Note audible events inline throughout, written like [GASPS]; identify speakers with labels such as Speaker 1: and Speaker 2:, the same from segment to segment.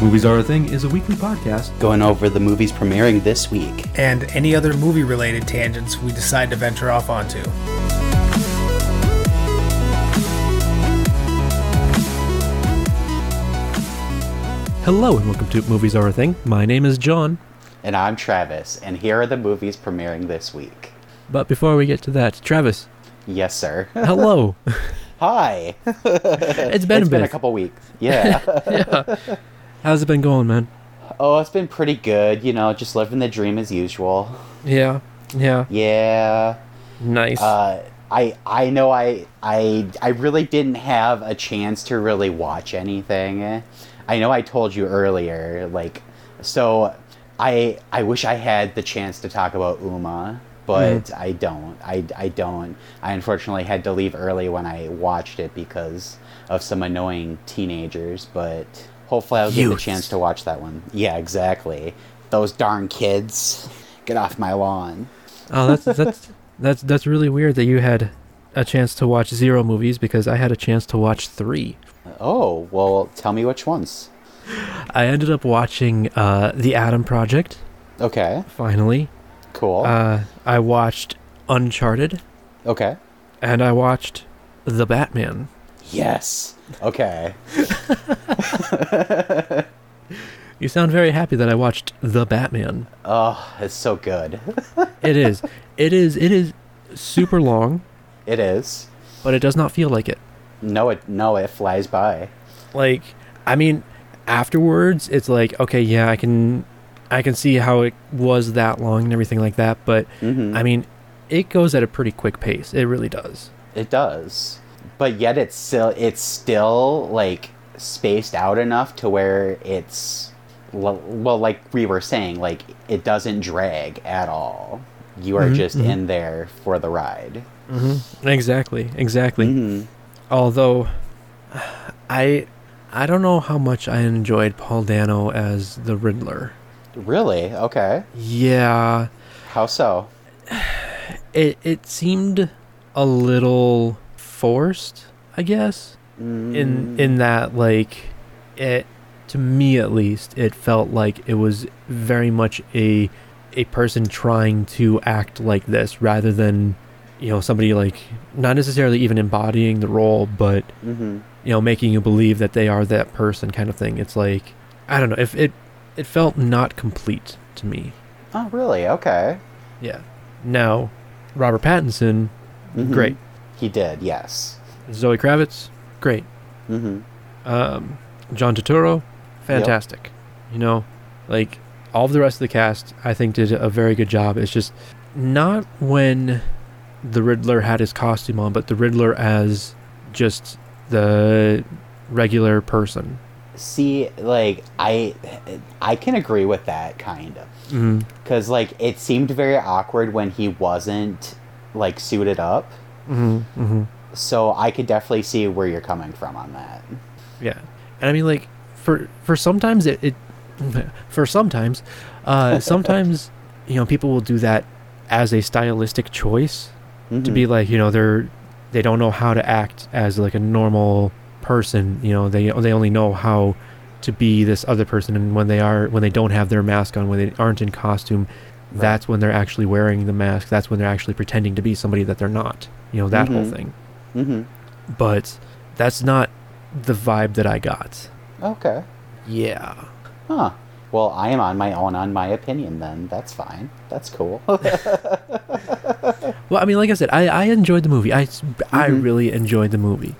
Speaker 1: Movies Are a Thing is a weekly podcast.
Speaker 2: going over the movies premiering this week.
Speaker 3: and any other movie related tangents we decide to venture off onto.
Speaker 1: Hello and welcome to Movies Are a Thing. My name is John.
Speaker 2: And I'm Travis, and here are the movies premiering this week.
Speaker 1: But before we get to that, Travis,
Speaker 2: Yes, sir.
Speaker 1: [LAUGHS] hello.
Speaker 2: Hi.
Speaker 1: it's been
Speaker 2: it's
Speaker 1: a bit.
Speaker 2: been a couple weeks.
Speaker 1: [LAUGHS]
Speaker 2: Yeah.
Speaker 1: How's it been going, man?
Speaker 2: oh, it's been pretty good. You know, just living the dream as usual.
Speaker 1: Yeah. Yeah.
Speaker 2: Yeah.
Speaker 1: Nice.
Speaker 2: Uh, I I know I I I really didn't have a chance to really watch anything. I know I told you earlier, like so. I I wish I had the chance to talk about Uma, but I don't. I I don't. I unfortunately had to leave early when I watched it because of some annoying teenagers. But hopefully, I'll get the
Speaker 3: Youths.
Speaker 2: chance to watch that one. Yeah, exactly. Those darn kids, get off my lawn.
Speaker 1: oh, that's that's that's that's really weird that you had a chance to watch zero movies because I had a chance to watch three.
Speaker 2: Oh well, tell me which ones.
Speaker 1: I ended up watching uh, The Atom Project.
Speaker 2: Okay,
Speaker 1: Finally,
Speaker 2: cool.
Speaker 1: uh, I watched Uncharted,
Speaker 2: okay.
Speaker 1: and I watched The Batman.
Speaker 2: Yes. Okay.
Speaker 1: You sound very happy that I watched The Batman.
Speaker 2: Oh, it's so good.
Speaker 1: It is. It is. It is super long,
Speaker 2: It is.
Speaker 1: but it does not feel like it.
Speaker 2: No, it no, it flies by.
Speaker 1: Like, I mean, afterwards, it's like, okay, yeah, I can, I can see how it was that long and everything like that. But
Speaker 2: Mhm.
Speaker 1: I mean, it goes at a pretty quick pace. It really does.
Speaker 2: It does. But yet, it's still it's still like spaced out enough to where it's well, well like we were saying, like it doesn't drag at all. You
Speaker 1: Mm-hmm,
Speaker 2: are just in there for the ride.
Speaker 1: Exactly. Exactly.
Speaker 2: hmm
Speaker 1: Although, I, I don't know how much I enjoyed Paul Dano as the Riddler.
Speaker 2: Really? Okay.
Speaker 1: Yeah,
Speaker 2: How so?
Speaker 1: it it seemed a little forced, I guess. In in that like it to me at least, it felt like it was very much a a person trying to act like this rather than you know somebody like not necessarily even embodying the role but
Speaker 2: Mm-hmm.
Speaker 1: you know making you believe that they are that person kind of thing it's like i don't know if it it felt not complete to me
Speaker 2: Oh, really? Okay.
Speaker 1: yeah now robert pattinson
Speaker 2: Mhm.
Speaker 1: great
Speaker 2: He did. Yes.
Speaker 1: Zoe Kravitz, great.
Speaker 2: hmm
Speaker 1: Mm-hmm. Um, John Turturro, fantastic. You know, like all of the rest of the cast, I think did a very good job. It's just not when the Riddler had his costume on, but the Riddler as just the regular person.
Speaker 2: See, like I, I can agree with that kind of
Speaker 1: Mm,
Speaker 2: because like it seemed very awkward when he wasn't like suited up.
Speaker 1: mm, mm
Speaker 2: So I could definitely see where you're coming from on that.
Speaker 1: Yeah, and I mean like for for sometimes it, [LAUGHS] it for sometimes uh, sometimes you know people will do that as a stylistic choice. Mm-hmm. to
Speaker 2: Mm.
Speaker 1: be like you know they're they don't know how to act as like a normal person you know they they only know how to be this other person and when they are when they don't have their mask on when they aren't in costume
Speaker 2: Right.
Speaker 1: that's when they're actually wearing the mask that's when they're actually pretending to be somebody that they're not you know that whole
Speaker 2: Mhm.
Speaker 1: thing
Speaker 2: hmm
Speaker 1: but that's not the vibe that i got
Speaker 2: Okay.
Speaker 1: yeah
Speaker 2: Huh. Well, I am on my own on my opinion. Then that's fine. That's cool. [LAUGHS]
Speaker 1: well i mean like i said i i enjoyed the movie i s- I
Speaker 2: Mhm.
Speaker 1: really enjoyed the movie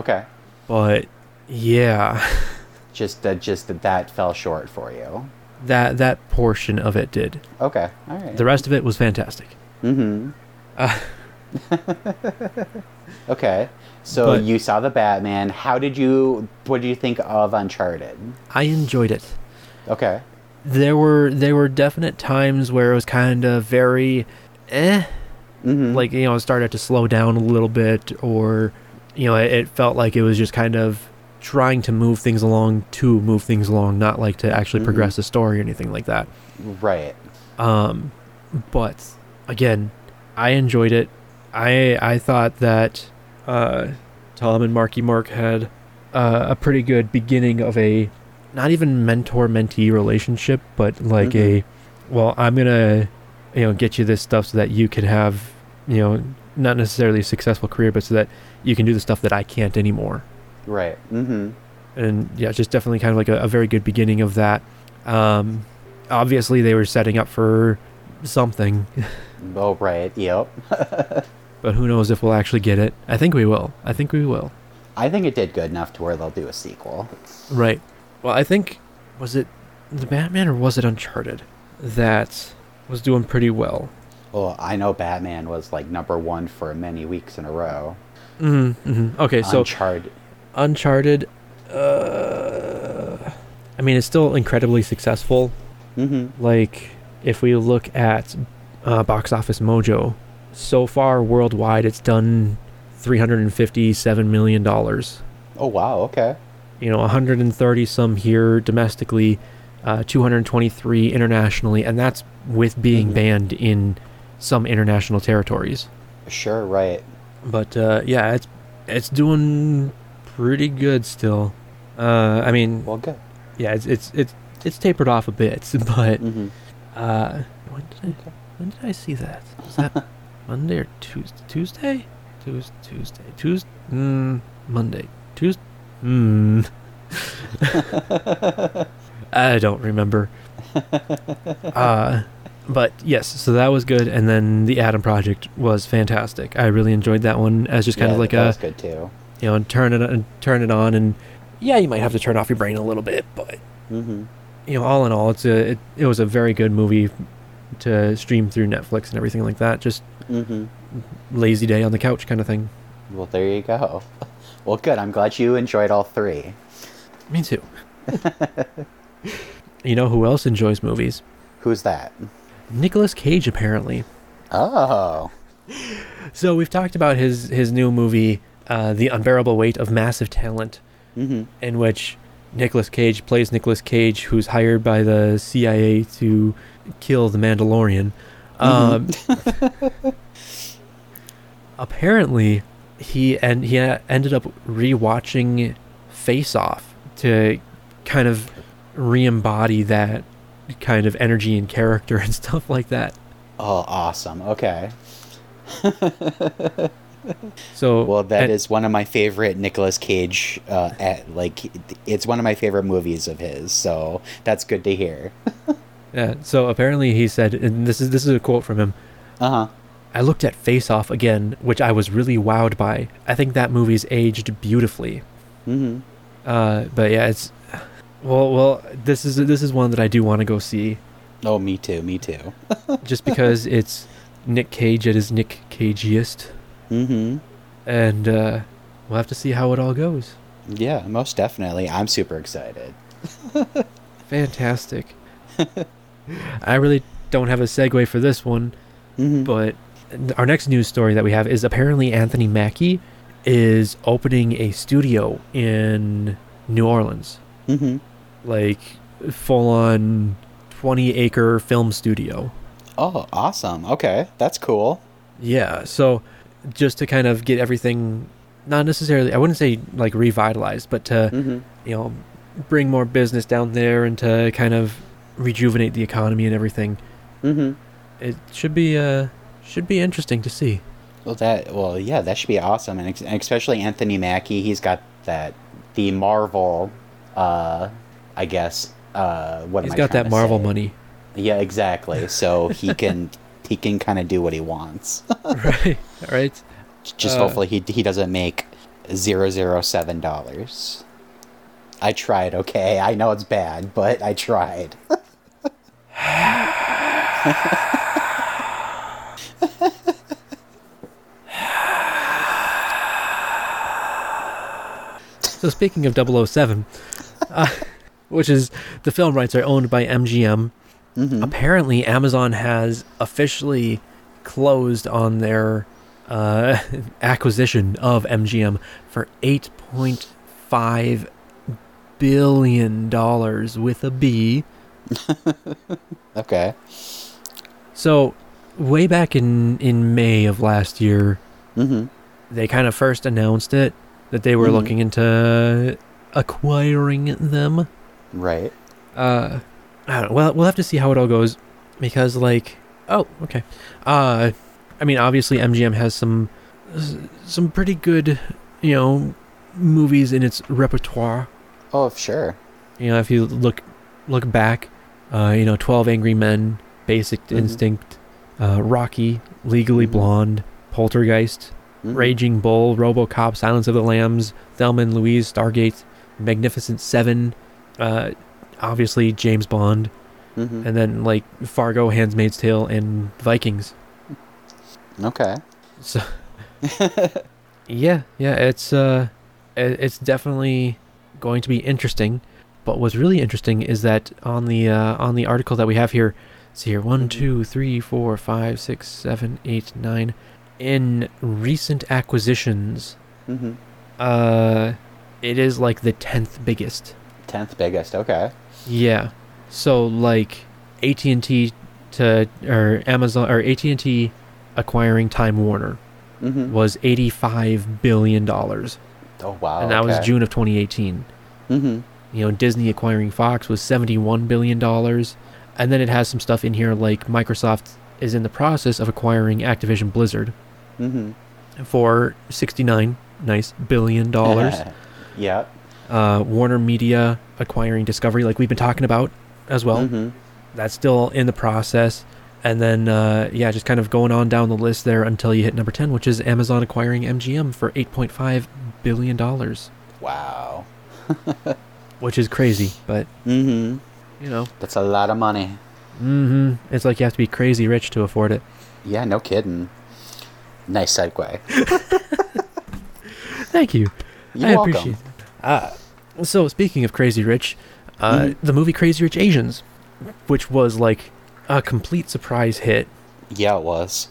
Speaker 2: okay.
Speaker 1: but yeah [LAUGHS]
Speaker 2: Just that. Just that. That fell short for you.
Speaker 1: that that portion of it did
Speaker 2: Okay. All right.
Speaker 1: The rest of it was fantastic.
Speaker 2: Mm-hmm.
Speaker 1: Uh.
Speaker 2: [LAUGHS] okay. So
Speaker 1: But-
Speaker 2: you saw the Batman. How did you? What do you think of Uncharted?
Speaker 1: I enjoyed it.
Speaker 2: Okay.
Speaker 1: There were there were definite times where it was kind of very, eh,
Speaker 2: Mm-hmm.
Speaker 1: like you know it started to slow down a little bit, or you know it, it felt like it was just kind of trying to move things along to move things along, not like to actually
Speaker 2: Mhm.
Speaker 1: progress the story or anything like that.
Speaker 2: right.
Speaker 1: Um, but again, I enjoyed it. I I thought that uh, Tom and Marky Mark had uh, a pretty good beginning of a not even mentor mentee relationship, but like
Speaker 2: Mhm.
Speaker 1: a well, I'm gonna you know get you this stuff so that you can have you know not necessarily a successful career, but so that you can do the stuff that I can't anymore.
Speaker 2: Right. Mm-hmm.
Speaker 1: And yeah, it's just definitely kind of like a, a very good beginning of that. Um, obviously, they were setting up for something,
Speaker 2: Oh, right. Yep.
Speaker 1: but who knows if we'll actually get it. I think we will. I think we will.
Speaker 2: I think it did good enough to where they'll do a sequel.
Speaker 1: Right. Well, I think was it the Batman or was it Uncharted that was doing pretty well.
Speaker 2: Well, I know Batman was like number one for many weeks in a row.
Speaker 1: Mm-hmm. Okay, so
Speaker 2: Uncharted.
Speaker 1: Uncharted. Uh, I mean, it's still incredibly successful.
Speaker 2: Mm-hmm.
Speaker 1: Like, if we look at uh, Box Office Mojo, so far worldwide, it's done three hundred and fifty-seven million dollars.
Speaker 2: Oh wow. Okay.
Speaker 1: you know 130 some here domestically uh, 223 internationally and that's with being
Speaker 2: Mhm.
Speaker 1: banned in some international territories
Speaker 2: Sure. Right.
Speaker 1: but uh, yeah it's it's doing pretty good still uh, i mean
Speaker 2: Well, good.
Speaker 1: yeah it's it's it's, it's tapered off a bit [LAUGHS] but
Speaker 2: Mm-hmm.
Speaker 1: uh, when did I, when did I see that? Was that Monday or Tuesday? Tuesday? Tuesday? Tuesday? Tuesday? Mm, Monday? Tuesday? Mm. I don't remember. uh, but yes, so that was good, and then the Atom Project was fantastic. I really enjoyed that one as just kind of like
Speaker 2: that
Speaker 1: a
Speaker 2: was good too.
Speaker 1: you know turn it on, turn it on, and yeah, you might have to turn off your brain a little bit, but
Speaker 2: Mm-hmm.
Speaker 1: you know, all in all, it's a it, it was a very good movie to stream through Netflix and everything like that. Just
Speaker 2: Mm-hmm.
Speaker 1: lazy day on the couch kind of thing.
Speaker 2: Well, there you go. [LAUGHS] Well, good. I'm glad you enjoyed all three.
Speaker 1: Me too. [LAUGHS] you know who else enjoys movies?
Speaker 2: Who's that?
Speaker 1: Nicolas Cage apparently.
Speaker 2: Oh.
Speaker 1: So we've talked about his his new movie, uh, The Unbearable Weight of Massive Talent,
Speaker 2: Mm-hmm.
Speaker 1: in which Nicolas Cage plays Nicolas Cage, who's hired by the CIA to kill the Mandalorian. Um,
Speaker 2: Mm-hmm.
Speaker 1: [LAUGHS] apparently, he and he uh, ended up rewatching Face Off to kind of re-embody that kind of energy and character [LAUGHS] and stuff like that.
Speaker 2: Oh, awesome. Okay.
Speaker 1: So
Speaker 2: Well, that is
Speaker 1: and-
Speaker 2: one of my favorite Nicolas Cage. Uh, at, like, it's one of my favorite movies of his. So that's good to hear.
Speaker 1: yeah. So apparently, he said, and this is this is a quote from him.
Speaker 2: Uh huh.
Speaker 1: I looked at Face Off again, which I was really wowed by. I think that movie's aged beautifully.
Speaker 2: Mm-hmm.
Speaker 1: Uh, but yeah, it's well, well. This is this is one that I do want to go see,
Speaker 2: Oh, me too. Me too.
Speaker 1: just because it's Nick Cage at his Nick Cageiest,
Speaker 2: Mm-hmm.
Speaker 1: and uh, we'll have to see how it all goes.
Speaker 2: Yeah, most definitely. I'm super excited.
Speaker 1: Fantastic. I really don't have a segue for this one,
Speaker 2: Mm-hmm.
Speaker 1: but our next news story that we have is apparently Anthony Mackie is opening a studio in New Orleans.
Speaker 2: Mm-hmm.
Speaker 1: like full on 20 acre film studio.
Speaker 2: Oh, awesome. Okay, that's cool.
Speaker 1: [LAUGHS] Yeah, so just to kind of get everything not necessarily I wouldn't say like revitalized, but to
Speaker 2: Mm-hmm.
Speaker 1: you know bring more business down there and to kind of rejuvenate the economy and everything.
Speaker 2: Mm-hmm.
Speaker 1: It should be uh should be interesting to see.
Speaker 2: Well, that well, yeah, that should be awesome, and, ex- and especially Anthony Mackie. He's got that the Marvel, uh, I guess. Uh, what
Speaker 1: He's
Speaker 2: am I
Speaker 1: got
Speaker 2: trying
Speaker 1: that
Speaker 2: to
Speaker 1: Marvel
Speaker 2: say?
Speaker 1: money.
Speaker 2: Yeah,
Speaker 1: [LAUGHS]
Speaker 2: exactly. So he can he can kind of do what he wants. [LAUGHS]
Speaker 1: right. Right.
Speaker 2: Just
Speaker 1: Uh,
Speaker 2: hopefully he he doesn't make zero zero seven dollars. I tried. Okay, I know it's bad, but I tried. [LAUGHS]
Speaker 1: So speaking of 007, uh, [LAUGHS] which is the film rights are owned by MGM.
Speaker 2: Mhm.
Speaker 1: Apparently, Amazon has officially closed on their uh, [LAUGHS] acquisition of MGM for 8.5 billion dollars with a B.
Speaker 2: Okay.
Speaker 1: So, way back in in May of last year,
Speaker 2: Mm-hmm.
Speaker 1: they kind of first announced it that they were
Speaker 2: Mhm.
Speaker 1: looking into acquiring them.
Speaker 2: Right.
Speaker 1: uh, I don't know. Well, we'll have to see how it all goes because, like, oh, okay. Uh, I mean, obviously, MGM has some s- some pretty good, you know, movies in its repertoire.
Speaker 2: Oh, sure.
Speaker 1: You know, if you look look back, uh, you know, Twelve Angry Men, Basic
Speaker 2: Mhm.
Speaker 1: Instinct, uh, Rocky, Legally
Speaker 2: Mhm.
Speaker 1: Blonde, Poltergeist,
Speaker 2: Mhm.
Speaker 1: Raging Bull, RoboCop, Silence of the Lambs, Thelma and Louise, Stargate, Magnificent Seven, uh, obviously James Bond,
Speaker 2: Mhm.
Speaker 1: and then like Fargo, Handmaid's Tale, and Vikings.
Speaker 2: Okay. [LAUGHS]
Speaker 1: So yeah, yeah, it's uh, i- it's definitely going to be interesting. But what's really interesting is that on the uh, on the article that we have here, see here one,
Speaker 2: Mhm.
Speaker 1: two, three, four, five, six, seven, eight, nine. In recent acquisitions,
Speaker 2: Mhm.
Speaker 1: Uh, it is like the tenth biggest.
Speaker 2: Tenth biggest. Okay.
Speaker 1: Yeah. So like AT and T to or Amazon or AT and T acquiring Time Warner
Speaker 2: Mm-hmm.
Speaker 1: was eighty five billion dollars,
Speaker 2: Oh wow.
Speaker 1: and that was
Speaker 2: okay.
Speaker 1: June of twenty eighteen.
Speaker 2: Mhm.
Speaker 1: You know, Disney acquiring Fox was seventy one billion dollars, and then it has some stuff in here like Microsoft is in the process of acquiring Activision Blizzard
Speaker 2: Mhm.
Speaker 1: for sixty nine nice billion dollars.
Speaker 2: [LAUGHS] yep.
Speaker 1: uh, Warner Media acquiring Discovery, like we've been talking about as well.
Speaker 2: Mhm.
Speaker 1: That's still in the process. And then, uh, yeah, just kind of going on down the list there until you hit number 10, which is Amazon acquiring MGM for $8.5 billion,
Speaker 2: Wow.
Speaker 1: which is crazy. But,
Speaker 2: Mhm.
Speaker 1: you know,
Speaker 2: That's a lot of money.
Speaker 1: hmm it's like you have to be crazy rich to afford it.
Speaker 2: Yeah. No kidding. Nice segue.
Speaker 1: Thank you.
Speaker 2: You're
Speaker 1: I
Speaker 2: welcome.
Speaker 1: appreciate it. Uh, so, speaking of Crazy Rich, uh,
Speaker 2: Mm-hmm.
Speaker 1: the movie Crazy Rich Asians, which was like a complete surprise hit
Speaker 2: Yeah, it was.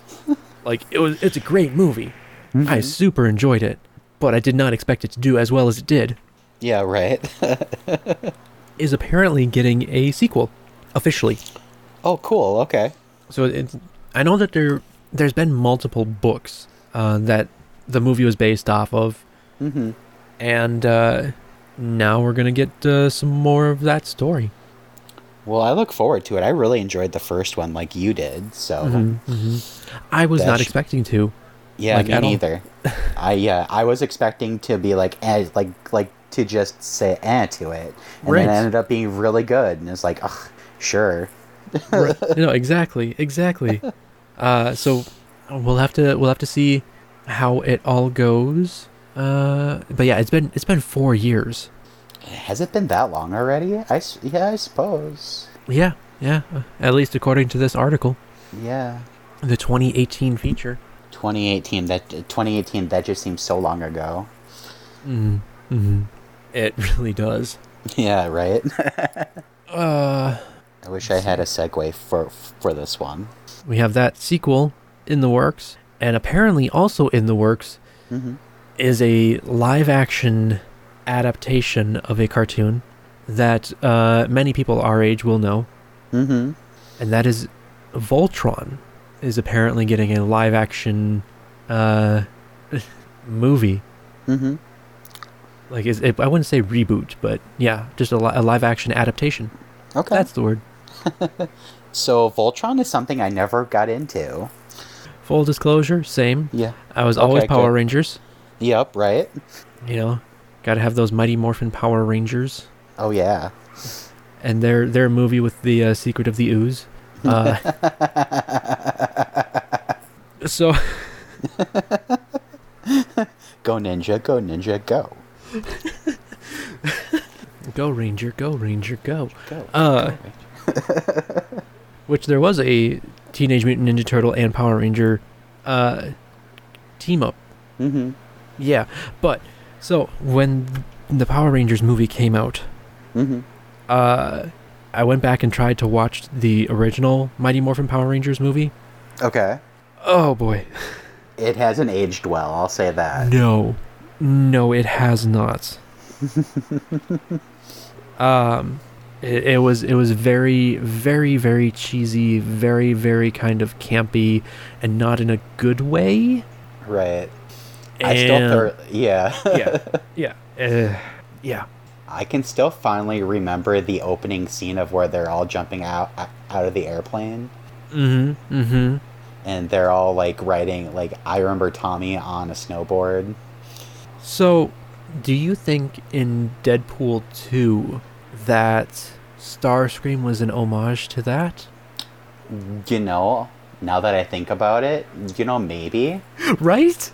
Speaker 1: like it was it's a great movie
Speaker 2: Mm-hmm.
Speaker 1: i super enjoyed it but i did not expect it to do as well as it did
Speaker 2: Yeah. Right. [LAUGHS]
Speaker 1: is apparently getting a sequel officially
Speaker 2: oh, cool. Okay.
Speaker 1: so it's i know that there there's been multiple books uh, that the movie was based off of
Speaker 2: Mhm.
Speaker 1: and uh, now we're gonna get uh, some more of that story
Speaker 2: Well, I look forward to it. I really enjoyed the first one, like you did. So
Speaker 1: Mm-hmm. i was not
Speaker 2: Dash.
Speaker 1: expecting to
Speaker 2: yeah,
Speaker 1: Like,
Speaker 2: me
Speaker 1: I don't-
Speaker 2: neither. I yeah, I was expecting to be like eh, like like to just say eh to it, and
Speaker 1: Right.
Speaker 2: then it ended up being really good. And it's like, ugh, sure.
Speaker 1: no exactly exactly uh, so we'll have to we'll have to see how it all goes uh, but yeah it's been it's been four years
Speaker 2: Has it been that long already? I s- yeah, I suppose.
Speaker 1: yeah yeah uh, at least according to this article
Speaker 2: Yeah,
Speaker 1: the 2018 feature
Speaker 2: 2018. That 2018. That just seems so long
Speaker 1: [LAUGHS]
Speaker 2: ago.
Speaker 1: mm-hmm. Mm-hmm. it [LAUGHS] really does
Speaker 2: Yeah, right.
Speaker 1: uh,
Speaker 2: I wish I had a segue for for this one.
Speaker 1: we have that sequel in the works and apparently also in the works
Speaker 2: Mhm.
Speaker 1: is a live action adaptation of a cartoon that uh, many people our age will know
Speaker 2: Mm-hmm.
Speaker 1: and that is Voltron is apparently getting a live action uh, [LAUGHS] movie.
Speaker 2: Mm-hmm.
Speaker 1: Like, is it, I wouldn't say reboot, but yeah, just a, li- a live action adaptation.
Speaker 2: Okay.
Speaker 1: That's the word.
Speaker 2: So Voltron is something I never got into.
Speaker 1: Full disclosure, same.
Speaker 2: Yeah.
Speaker 1: I was
Speaker 2: Okay,
Speaker 1: always Power
Speaker 2: good.
Speaker 1: Rangers.
Speaker 2: Yep. Right.
Speaker 1: You know, got to have those Mighty Morphin Power Rangers,
Speaker 2: Oh yeah.
Speaker 1: and their their movie with the uh, Secret of the Ooze. Uh, [LAUGHS] so.
Speaker 2: Go ninja. Go ninja. Go.
Speaker 1: Go Ranger, go Ranger, go.
Speaker 2: Go,
Speaker 1: Uh, which there was a Teenage Mutant Ninja Turtle and Power Ranger uh, team up.
Speaker 2: Mm-hmm.
Speaker 1: Yeah, but so when the Power Rangers movie came out,
Speaker 2: Mm-hmm.
Speaker 1: uh, I went back and tried to watch the original Mighty Morphin Power Rangers movie.
Speaker 2: Okay.
Speaker 1: Oh boy,
Speaker 2: It hasn't aged well. I'll say that.
Speaker 1: no, no, it has not. um, it, it was it was very very very cheesy, very very kind of campy, and not in a good way.
Speaker 2: Right. I still
Speaker 1: And- [LAUGHS] eh,
Speaker 2: thoroughly, yeah. [LAUGHS]
Speaker 1: yeah, yeah, uh, yeah.
Speaker 2: I can still finally remember the opening scene of where they're all jumping out out of the airplane
Speaker 1: Mm-hmm. Mm-hmm.
Speaker 2: and they're all like riding like I remember Tommy on a snowboard.
Speaker 1: So, do you think in Deadpool 2 that Starscream was an homage to that?
Speaker 2: You know, now that I think about it, you know maybe
Speaker 1: Right?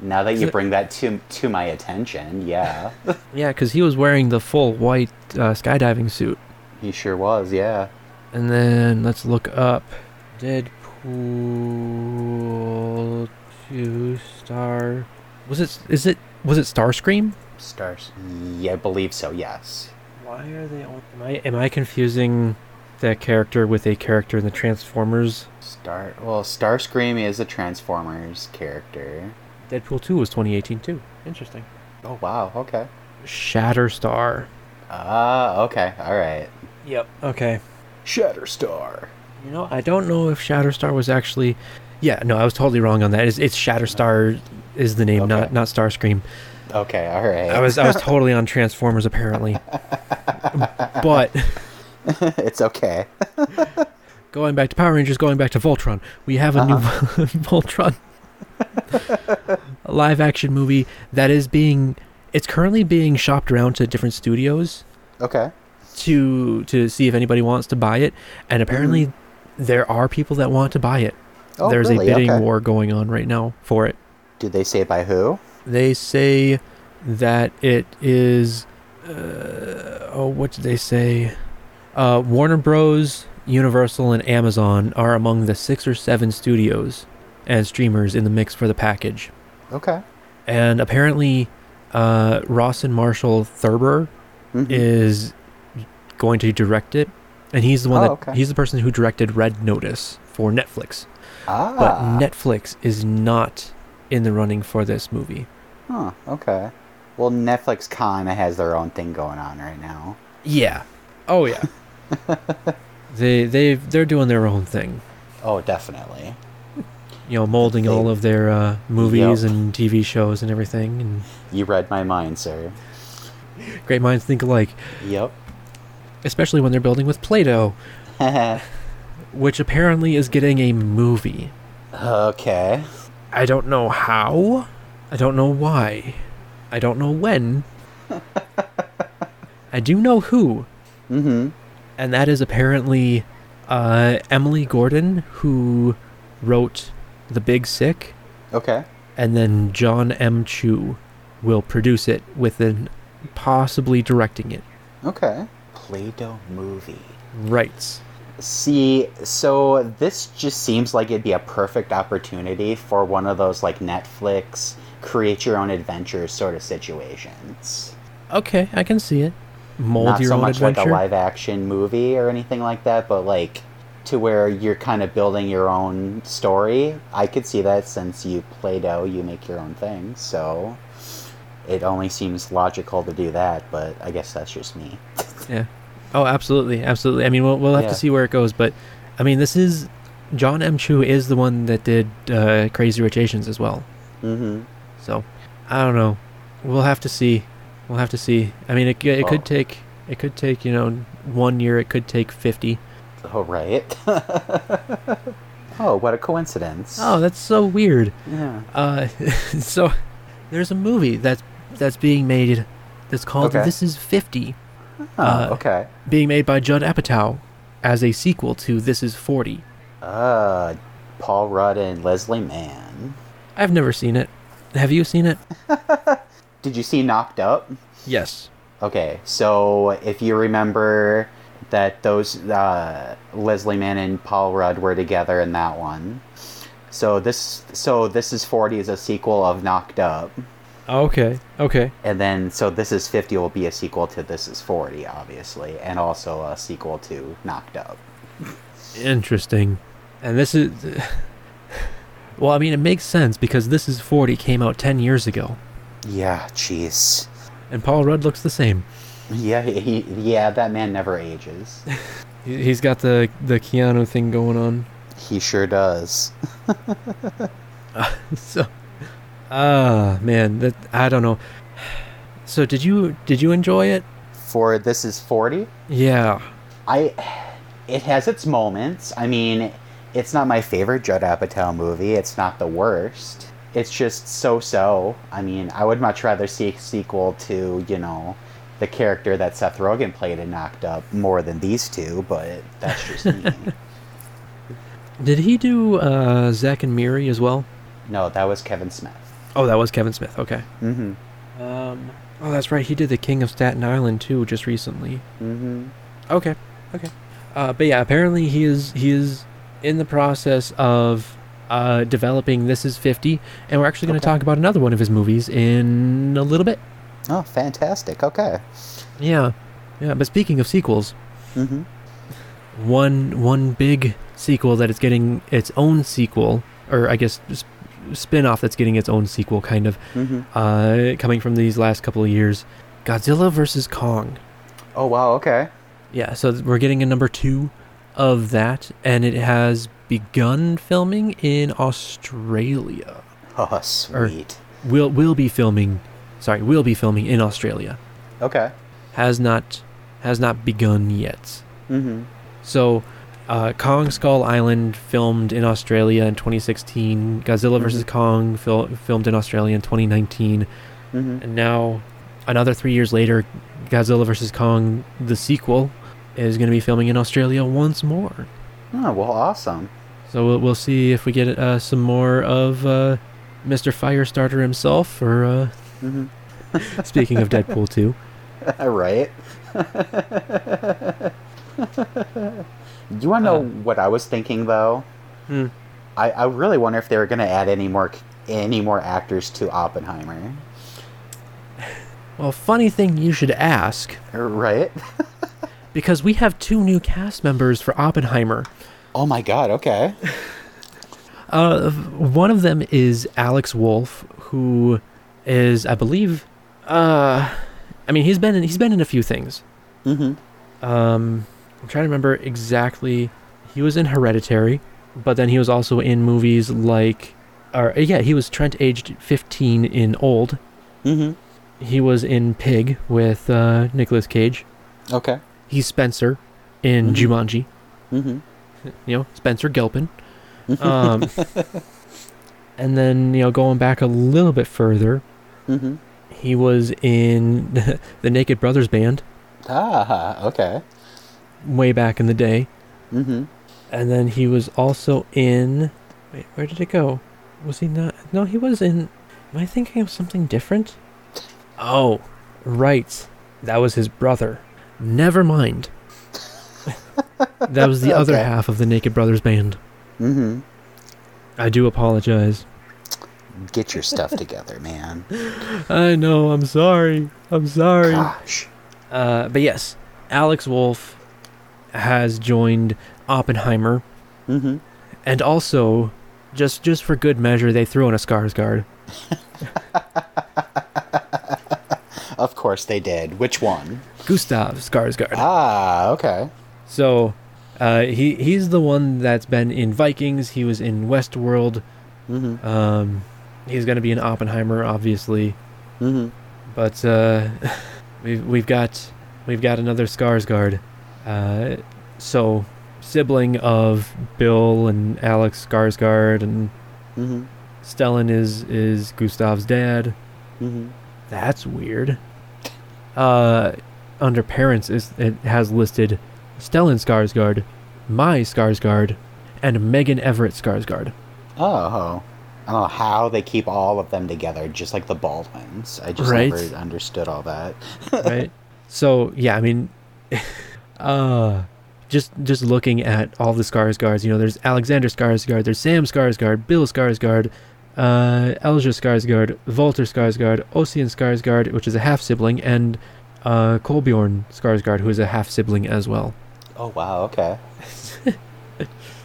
Speaker 2: now that you bring that to to my attention, yeah.
Speaker 1: Yeah, because he was wearing the full white uh, skydiving suit.
Speaker 2: he sure was, yeah.
Speaker 1: And then let's look up Deadpool 2 Star. Was it? Is it? Was it Starscream?
Speaker 2: Stars. Yeah, I believe so, yes.
Speaker 1: Why are they? All, am I? Am I confusing that character with a character in the Transformers?
Speaker 2: Star well, Starscream is a Transformers character.
Speaker 1: Deadpool 2 was 2018 too. Interesting.
Speaker 2: Oh wow, okay.
Speaker 1: Shatterstar.
Speaker 2: Ah, okay, alright.
Speaker 1: Yep. Okay.
Speaker 2: Shatterstar.
Speaker 1: You know, I don't know if Shatterstar was actually. Yeah, no, I was totally wrong on that. It's, it's Shatterstar is the name, not
Speaker 2: Okay.
Speaker 1: not Starscream.
Speaker 2: Okay, alright.
Speaker 1: I was I was totally on Transformers apparently. but
Speaker 2: [LAUGHS] it's okay.
Speaker 1: going back to Power Rangers, going back to Voltron, we have a
Speaker 2: Uh-huh.
Speaker 1: new [LAUGHS] Voltron live action movie that is being it's currently being shopped around to different studios
Speaker 2: Okay.
Speaker 1: to to see if anybody wants to buy it and apparently there are people that want to buy it.
Speaker 2: Mm. Oh,
Speaker 1: There's
Speaker 2: really?
Speaker 1: a bidding
Speaker 2: Okay.
Speaker 1: war going on right now for it.
Speaker 2: Did they say by who?
Speaker 1: They say that it is. Uh, oh, what did they say? Uh, Warner Bros., Universal, and Amazon are among the six or seven studios and streamers in the mix for the package.
Speaker 2: Okay.
Speaker 1: And apparently, uh, Ross and Marshall Thurber
Speaker 2: Mhm.
Speaker 1: is going to direct it. And he's the
Speaker 2: Oh,
Speaker 1: one that
Speaker 2: okay.
Speaker 1: he's the person who directed Red Notice for Netflix. But
Speaker 2: ah.
Speaker 1: Netflix is not in the running for this movie.
Speaker 2: huh, okay. Well, Netflix kind of has their own thing going on right now.
Speaker 1: Yeah. Oh yeah. [LAUGHS] they they they're doing their own thing.
Speaker 2: Oh, definitely.
Speaker 1: You know, molding
Speaker 2: They-
Speaker 1: all of their uh, movies
Speaker 2: Yep.
Speaker 1: and TV shows and everything. And
Speaker 2: You read my mind, sir.
Speaker 1: great minds think alike,
Speaker 2: [LAUGHS] Yep.
Speaker 1: especially when they're building with Play-Doh, which apparently is getting a movie.
Speaker 2: okay.
Speaker 1: I don't know how. I don't know why. I don't know [LAUGHS] when. I do know who,
Speaker 2: Mm-hmm.
Speaker 1: and that is apparently uh, Emily Gordon, who wrote The Big Sick.
Speaker 2: Okay.
Speaker 1: and then John M. Chu will produce it with an possibly directing it.
Speaker 2: Okay. Play-Doh movie.
Speaker 1: Rights.
Speaker 2: See, so this just seems like it'd be a perfect opportunity for one of those like Netflix create your own adventure sort of situations.
Speaker 1: Okay, I can see it. Mold
Speaker 2: Not
Speaker 1: your
Speaker 2: so
Speaker 1: own
Speaker 2: much
Speaker 1: adventure.
Speaker 2: like a live action movie or anything like that, but like to where you're kind of building your own story. I could see that since you play doh, you make your own thing, so it only seems logical to do that, but I guess that's just me.
Speaker 1: yeah. Oh, absolutely, absolutely. I mean, we'll we'll have
Speaker 2: Yeah.
Speaker 1: to see where it goes, but I mean, this is John M. Chu is the one that did uh, Crazy Rich Asians as well.
Speaker 2: Mm-hmm.
Speaker 1: So, I don't know. We'll have to see. We'll have to see. I mean, it, c- it
Speaker 2: Oh.
Speaker 1: could take it could take you know one year. It could take fifty.
Speaker 2: Oh right. [LAUGHS] oh, what a coincidence.
Speaker 1: Oh, that's so weird.
Speaker 2: yeah.
Speaker 1: Uh, [LAUGHS] so there's a movie that's that's being made that's called
Speaker 2: Okay.
Speaker 1: This Is 50,
Speaker 2: Oh,
Speaker 1: Uh,
Speaker 2: okay.
Speaker 1: being made by Judd Apatow as a sequel to This Is 40.
Speaker 2: Uh, Paul Rudd and Leslie Mann.
Speaker 1: I've never seen it. Have you seen it?
Speaker 2: Did you see Knocked Up?
Speaker 1: Yes.
Speaker 2: Okay, so if you remember that those uh, Leslie Mann and Paul Rudd were together in that one. So this, so this is forty is a sequel of Knocked Up,
Speaker 1: Okay. Okay.
Speaker 2: and then so this is fifty will be a sequel to This is forty, obviously, and also a sequel to Knocked Up.
Speaker 1: Interesting. And this is [LAUGHS] Well, I mean it makes sense because This Is 40 came out 10 years ago
Speaker 2: Yeah, jeez.
Speaker 1: and Paul Rudd looks the same.
Speaker 2: Yeah, he, yeah, that man never ages.
Speaker 1: He- He's got the the Keanu thing going on.
Speaker 2: [LAUGHS] He sure does.
Speaker 1: so ah man that i don't know So did you did you enjoy it?
Speaker 2: For this is forty.
Speaker 1: Yeah.
Speaker 2: I it has its moments. I mean, it's not my favorite Judd Apatow movie. It's not the worst. It's just so-so. I mean, I would much rather see a sequel to, you know, the character that Seth Rogen played in Knocked Up more than these two, but that's just me.
Speaker 1: Did he do uh, Zack and Miri as well?
Speaker 2: No, that was Kevin Smith.
Speaker 1: Oh, that was Kevin Smith. Okay.
Speaker 2: Mm-hmm.
Speaker 1: Um. Oh, that's right. He did the King of Staten Island too, just recently.
Speaker 2: Mm-hmm.
Speaker 1: Okay. Okay. Uh, but yeah, apparently he is he is in the process of uh, developing This Is 50, and we're actually going to
Speaker 2: Okay.
Speaker 1: talk about another one of his movies in a little bit.
Speaker 2: Oh, fantastic. Okay.
Speaker 1: Yeah. Yeah. But speaking of sequels,
Speaker 2: Mm-hmm.
Speaker 1: one one big sequel that it's getting its own sequel, or I guess sp- spin off that's getting its own sequel, kind of
Speaker 2: Mm-hmm.
Speaker 1: uh, coming from these last couple of years, Godzilla versus Kong.
Speaker 2: Oh wow. Okay.
Speaker 1: Yeah, so th- we're getting a number two of that, and it has begun filming in Australia.
Speaker 2: Oh, [LAUGHS] sweet.
Speaker 1: Will will be filming, sorry, will be filming in Australia.
Speaker 2: Okay.
Speaker 1: Has not has not begun yet.
Speaker 2: Mm-hmm.
Speaker 1: So, uh, Kong Skull Island filmed in Australia in 2016. Godzilla vs Kong fil- filmed in Australia in 2019,
Speaker 2: Mm-hmm.
Speaker 1: and now another three years later, Godzilla vs Kong the sequel is going to be filming in Australia once more.
Speaker 2: Oh well, awesome.
Speaker 1: So we'll, we'll see if we get uh, some more of uh, Mr. Firestarter himself, or uh,
Speaker 2: Mm-hmm.
Speaker 1: [LAUGHS] speaking of Deadpool 2.
Speaker 2: right. you want to know
Speaker 1: Uh.
Speaker 2: what I was thinking though?
Speaker 1: Hmm.
Speaker 2: I, I really wonder if they were going to add any more any more actors to Oppenheimer.
Speaker 1: Well, funny thing you should ask,
Speaker 2: Right?
Speaker 1: because we have two new cast members for Oppenheimer.
Speaker 2: Oh my god, okay.
Speaker 1: Uh, one of them is Alex Wolf, who is, I believe, uh, I mean he's been in, he's been in a few things.
Speaker 2: Mhm.
Speaker 1: Um, I'm trying to remember exactly. He was in Hereditary, but then he was also in movies like, or uh, yeah, he was Trent, aged 15 in Old.
Speaker 2: Mhm.
Speaker 1: He was in Pig with uh, Nicolas Cage.
Speaker 2: Okay.
Speaker 1: He's Spencer in
Speaker 2: Mhm.
Speaker 1: Jumanji.
Speaker 2: Mhm.
Speaker 1: You know, Spencer Gilpin. Um, and then you know, going back a little bit further,
Speaker 2: Mhm.
Speaker 1: he was in [LAUGHS] the Naked Brothers band
Speaker 2: Ah, okay.
Speaker 1: way back in the day.
Speaker 2: Mhm.
Speaker 1: And then he was also in. Wait, where did it go? Was he not? No, he was in. Am I thinking of something different? Oh, right. That was his brother. Never mind. that was the other
Speaker 2: Okay.
Speaker 1: half of the Naked Brothers band.
Speaker 2: Mhm.
Speaker 1: I do apologize.
Speaker 2: Get your stuff together, [LAUGHS] man.
Speaker 1: I know. I'm sorry. I'm sorry.
Speaker 2: Gosh.
Speaker 1: Uh, but yes, Alex Wolf has joined Oppenheimer,
Speaker 2: Mhm.
Speaker 1: and also, just just for good measure, they threw in a Skarsgård.
Speaker 2: Of course they did. Which one?
Speaker 1: Gustav Skarsgård.
Speaker 2: Ah, okay.
Speaker 1: So, uh, he he's the one that's been in Vikings. He was in Westworld.
Speaker 2: Mhm.
Speaker 1: Um, he's gonna be in Oppenheimer, obviously.
Speaker 2: Mhm.
Speaker 1: But uh, [LAUGHS] we've we've got we've got another Skarsgård. Uh, so sibling of Bill and Alex Skarsgård, and
Speaker 2: Mhm.
Speaker 1: Stellan is is Gustav's dad.
Speaker 2: Mhm.
Speaker 1: That's weird. Uh, under parents is it has listed Stellan Skarsgård, my Skarsgård, and Megan Everett Skarsgård.
Speaker 2: Oh. I don't know how they keep all of them together, just like the Baldwins. I just
Speaker 1: Right.
Speaker 2: never understood all that.
Speaker 1: Right. so yeah, I mean, [LAUGHS] uh, just just looking at all the Skarsgårds, you know, there's Alexander Skarsgård, there's Sam Skarsgård, Bill Skarsgård, uh, Elja Skarsgård, Walter Skarsgård, Ossian Skarsgård, which is a half sibling, and uh, Kolbjorn Skarsgård, who is a half sibling as well.
Speaker 2: Oh wow,
Speaker 1: [LAUGHS]
Speaker 2: okay.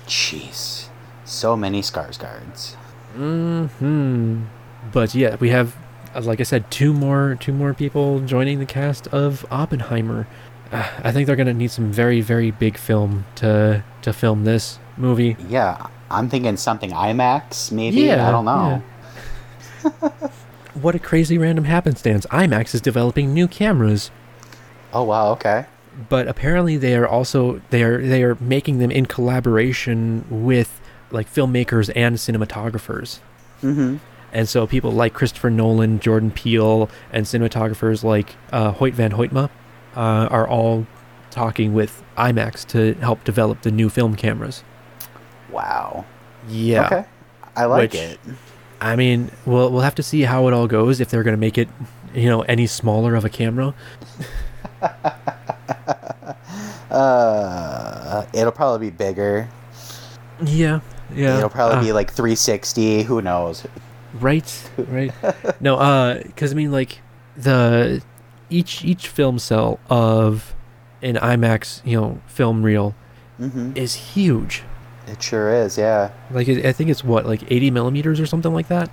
Speaker 2: Jeez. So many scars guards.
Speaker 1: Hmm. But yeah, we have, uh, like I said, two more two more people joining the cast of Oppenheimer. Uh, I think they're gonna need some very very big film to to film this movie.
Speaker 2: Yeah, I'm thinking something IMAX maybe. I don't know.
Speaker 1: what a crazy random happenstance. IMAX is developing new cameras,
Speaker 2: Oh wow. Okay.
Speaker 1: but apparently they are also they are they are making them in collaboration with like filmmakers and cinematographers.
Speaker 2: Mm-hmm.
Speaker 1: And so people like Christopher Nolan, Jordan Peele, and cinematographers like uh, Hoyt van Hoytma uh, are all talking with IMAX to help develop the new film cameras.
Speaker 2: Wow.
Speaker 1: Yeah.
Speaker 2: Okay. I like
Speaker 1: Which-
Speaker 2: it.
Speaker 1: I mean, we'll we'll have to see how it all goes if they're going to make it, you know, any smaller of a camera.
Speaker 2: Uh, it'll probably be bigger.
Speaker 1: Yeah. Yeah.
Speaker 2: It'll probably
Speaker 1: Uh,
Speaker 2: be like 360. Who knows?
Speaker 1: right right no uh because i mean like the each each film cell of an imax you know film reel
Speaker 2: Mm-hmm.
Speaker 1: is huge
Speaker 2: It sure is. Yeah.
Speaker 1: like it, i think it's what like 80 millimeters or something like that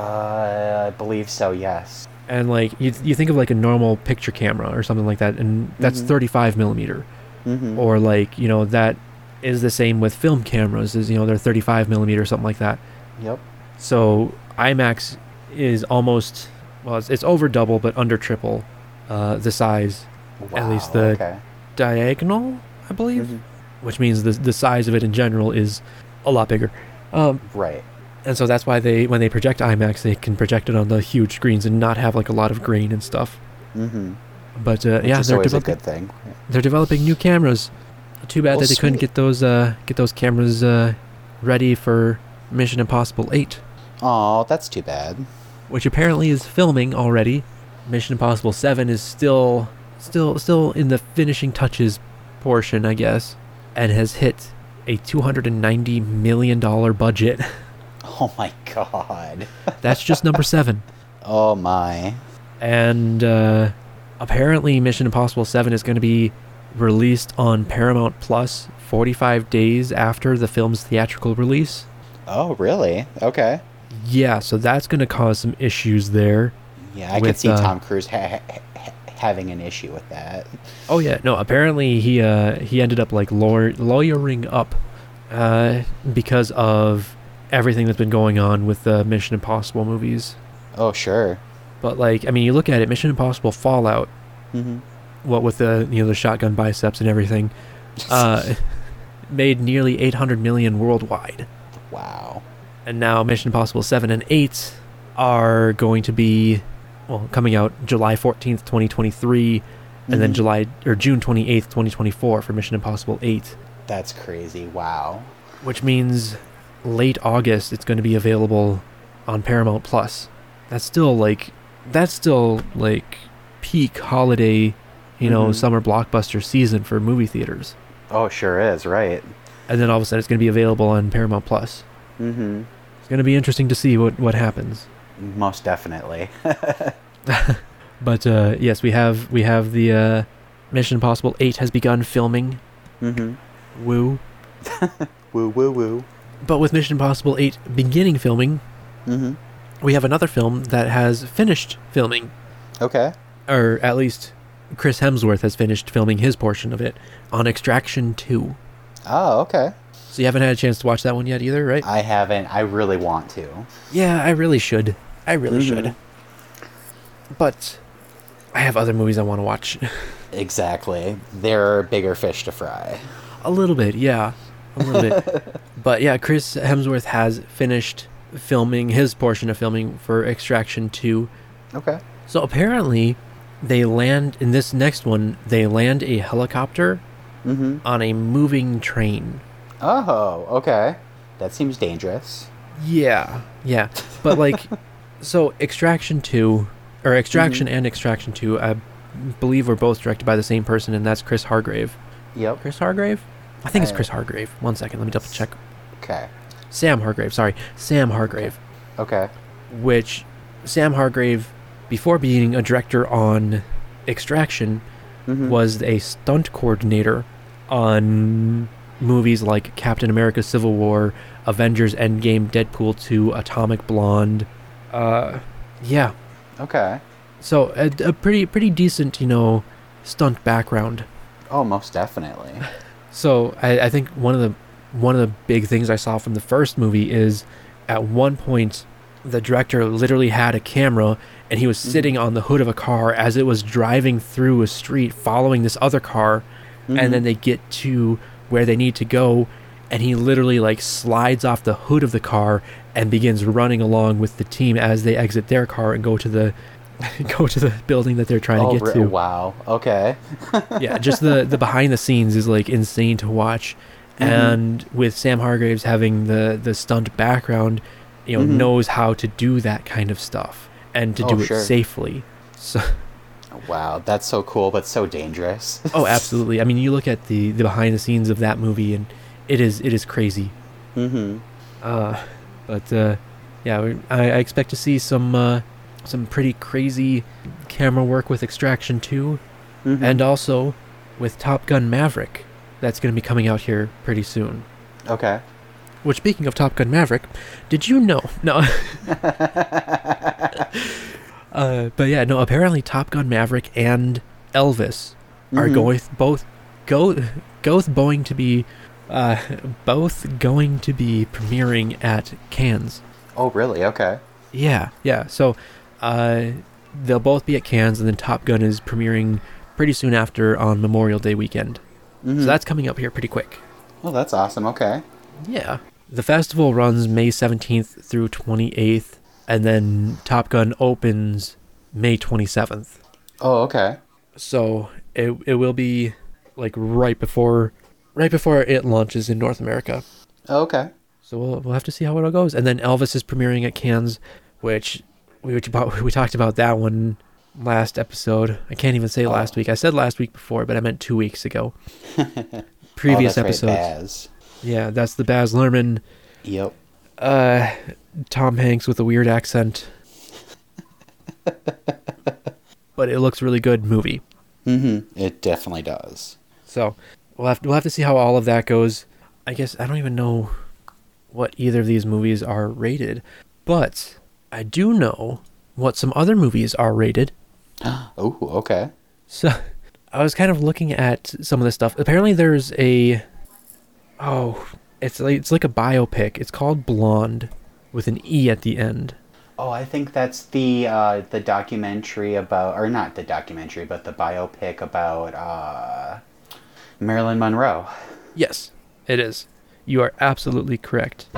Speaker 2: Uh, I believe so. Yes.
Speaker 1: and like you, you think of like a normal picture camera or something like that and that's
Speaker 2: Mhm.
Speaker 1: 35 millimeter
Speaker 2: Mm-hmm.
Speaker 1: or like you know that is the same with film cameras is you know they're 35 millimeter or something like that
Speaker 2: Yep.
Speaker 1: So IMAX is almost well, it's, it's over double but under triple uh, the size At least
Speaker 2: Wow,
Speaker 1: the-
Speaker 2: Okay.
Speaker 1: diagonal, I believe,
Speaker 2: Mhm.
Speaker 1: which means the the size of it in general is a lot bigger. Um,
Speaker 2: Right.
Speaker 1: and so that's why they when they project IMAX, they can project it on the huge screens and not have like a lot of grain and stuff.
Speaker 2: Mm-hmm.
Speaker 1: But uh,
Speaker 2: Yeah,
Speaker 1: yeah,
Speaker 2: Which is
Speaker 1: they're
Speaker 2: always a
Speaker 1: developing
Speaker 2: good thing.
Speaker 1: they're developing new cameras. Too bad
Speaker 2: Well,
Speaker 1: that they couldn't
Speaker 2: sweet.
Speaker 1: get those uh, get those cameras uh, ready for Mission Impossible Eight.
Speaker 2: Oh, that's too bad. [LAUGHS]
Speaker 1: which apparently is filming already. Mission Impossible 7 is still still still in the finishing touches portion, I guess, and has hit a 290 million dollar budget. [LAUGHS]
Speaker 2: Oh my god.
Speaker 1: That's just number 7.
Speaker 2: Oh my.
Speaker 1: And uh apparently Mission Impossible 7 is going to be released on Paramount Plus 45 days after the film's theatrical release.
Speaker 2: Oh really? Okay.
Speaker 1: Yeah, so that's going to cause some issues there.
Speaker 2: Yeah, I could
Speaker 1: With,
Speaker 2: see
Speaker 1: uh,
Speaker 2: Tom Cruise ha- ha- ha- having an issue with that.
Speaker 1: Oh yeah, no. Apparently he uh, he ended up like lawyer, lawyering up uh, because of everything that's been going on with the Mission Impossible movies.
Speaker 2: Oh sure.
Speaker 1: But like, I mean, you look at it, Mission Impossible Fallout,
Speaker 2: Mm-hmm.
Speaker 1: what with the you know the shotgun biceps and everything, uh, [LAUGHS] made nearly 800 million worldwide,
Speaker 2: [LAUGHS] Wow.
Speaker 1: and now Mission Impossible Seven and Eight are going to be well coming out July 14th, 2023. And then
Speaker 2: Mhm.
Speaker 1: July or June 28th, 2024 for Mission Impossible 8.
Speaker 2: That's crazy. Wow.
Speaker 1: which means late August it's going to be available on Paramount Plus. That's still like that's still like peak holiday, you know,
Speaker 2: Mhm.
Speaker 1: summer blockbuster season for movie theaters.
Speaker 2: Oh sure is right.
Speaker 1: And then all of a sudden it's going to be available on Paramount Plus.
Speaker 2: Mm-hmm.
Speaker 1: It's going to be interesting to see what what happens.
Speaker 2: Most definitely.
Speaker 1: But uh yes, we have we have the uh Mission Impossible 8 has begun filming.
Speaker 2: mm-hmm.
Speaker 1: Woo.
Speaker 2: Woo woo woo.
Speaker 1: But with Mission Impossible 8 beginning filming,
Speaker 2: Mm-hmm.
Speaker 1: we have another film that has finished filming.
Speaker 2: Okay.
Speaker 1: or at least Chris Hemsworth has finished filming his portion of it on Extraction 2.
Speaker 2: Oh okay.
Speaker 1: So you haven't had a chance to watch that one yet either, right?
Speaker 2: I haven't. I really want to.
Speaker 1: yeah, I really should. I really
Speaker 2: Mhm.
Speaker 1: should. But I have other movies I want to watch. [LAUGHS]
Speaker 2: Exactly. There are bigger fish to fry.
Speaker 1: a little bit, yeah. A little bit. But yeah, Chris Hemsworth has finished filming his portion of filming for Extraction 2.
Speaker 2: Okay.
Speaker 1: So apparently, they land in this next one, they land a helicopter
Speaker 2: Mm-hmm.
Speaker 1: on a moving train.
Speaker 2: Oh, okay. That seems dangerous.
Speaker 1: Yeah, yeah, but [LAUGHS] like, so Extraction Two, or Extraction and Extraction Two, I believe were both directed by the same person, and that's Chris Hargrave.
Speaker 2: Yep.
Speaker 1: Chris Hargrave, I think it's
Speaker 2: Uh,
Speaker 1: Chris Hargrave. One second, let me double check.
Speaker 2: Okay.
Speaker 1: Sam Hargrave, sorry, Sam Hargrave,
Speaker 2: Okay.
Speaker 1: which Sam Hargrave, before being a director on Extraction,
Speaker 2: Mm-hmm.
Speaker 1: was a stunt coordinator on movies like Captain America Civil War, Avengers Endgame, Deadpool 2, Atomic Blonde. Uh, yeah.
Speaker 2: Okay.
Speaker 1: So a, a pretty pretty decent, you know, stunt background.
Speaker 2: Oh, most definitely.
Speaker 1: So I, I think one of the one of the big things I saw from the first movie is at one point the director literally had a camera and he was
Speaker 2: Mm-hmm.
Speaker 1: sitting on the hood of a car as it was driving through a street following this other car and
Speaker 2: Mm-hmm.
Speaker 1: then they get to where they need to go and he literally like slides off the hood of the car and begins running along with the team as they exit their car and go to the [LAUGHS] go to the building that they're [LAUGHS] trying
Speaker 2: Oh,
Speaker 1: to get
Speaker 2: re-
Speaker 1: to
Speaker 2: wow. Okay.
Speaker 1: yeah, just the the behind the scenes is like insane to watch,
Speaker 2: Mm-hmm.
Speaker 1: and with Sam Hargraves having the the stunt background, you know, knows how to do that kind of stuff and to
Speaker 2: Mm-hmm. Oh,
Speaker 1: do it
Speaker 2: sure.
Speaker 1: safely. So, [LAUGHS]
Speaker 2: Wow, that's so cool, but so dangerous.
Speaker 1: [LAUGHS] oh, absolutely. I mean, you look at the the behind the scenes of that movie, and it is it is crazy.
Speaker 2: mm-hmm.
Speaker 1: Uh, but uh, yeah, we- I, I expect to see some uh, some pretty crazy camera work with Extraction 2
Speaker 2: Mhm.
Speaker 1: and also with Top Gun Maverick. That's going to be coming out here pretty soon.
Speaker 2: Okay.
Speaker 1: Which, speaking of Top Gun Maverick, did you know? No. uh, but yeah, no. Apparently, Top Gun Maverick and Elvis are
Speaker 2: Mhm.
Speaker 1: going both go both going to be uh, both going to be premiering at Cannes.
Speaker 2: Oh, really? Okay.
Speaker 1: Yeah, yeah. So uh, they'll both be at Cannes, and then Top Gun is premiering pretty soon after on Memorial Day weekend. So that's coming up here pretty quick.
Speaker 2: Well, Oh, that's awesome. Okay.
Speaker 1: Yeah. The festival runs May 17th through 28th, and then Top Gun opens May 27th.
Speaker 2: Oh, okay.
Speaker 1: So it, it will be like right before right before it launches in North America.
Speaker 2: Oh, Okay.
Speaker 1: So we'll, we'll have to see how it all goes. And then Elvis is premiering at Cannes, which we which about, [LAUGHS] we talked about that one last episode. I can't even
Speaker 2: Oh.
Speaker 1: say last week. I said last week before, but I meant two weeks ago.
Speaker 2: [LAUGHS]
Speaker 1: Previous
Speaker 2: oh, that's
Speaker 1: episodes.
Speaker 2: right, Baz.
Speaker 1: yeah, that's the Baz Luhrmann
Speaker 2: Yep.
Speaker 1: uh, Tom Hanks with a weird accent. [LAUGHS] but it looks really good movie.
Speaker 2: Mm-hmm. It definitely does. [GASPS]
Speaker 1: So we'll have we'll have to see how all of that goes. I guess I don't even know what either of these movies are rated, but I do know what some other movies are rated.
Speaker 2: Oh, okay.
Speaker 1: So [LAUGHS] I was kind of looking at some of this stuff. Apparently there's a oh, it's like it's like a biopic. It's called Blonde with an E at the end.
Speaker 2: Oh, I think that's the uh, the documentary about, or not the documentary, but the biopic about uh, Marilyn Monroe.
Speaker 1: Yes, it is. You are absolutely correct.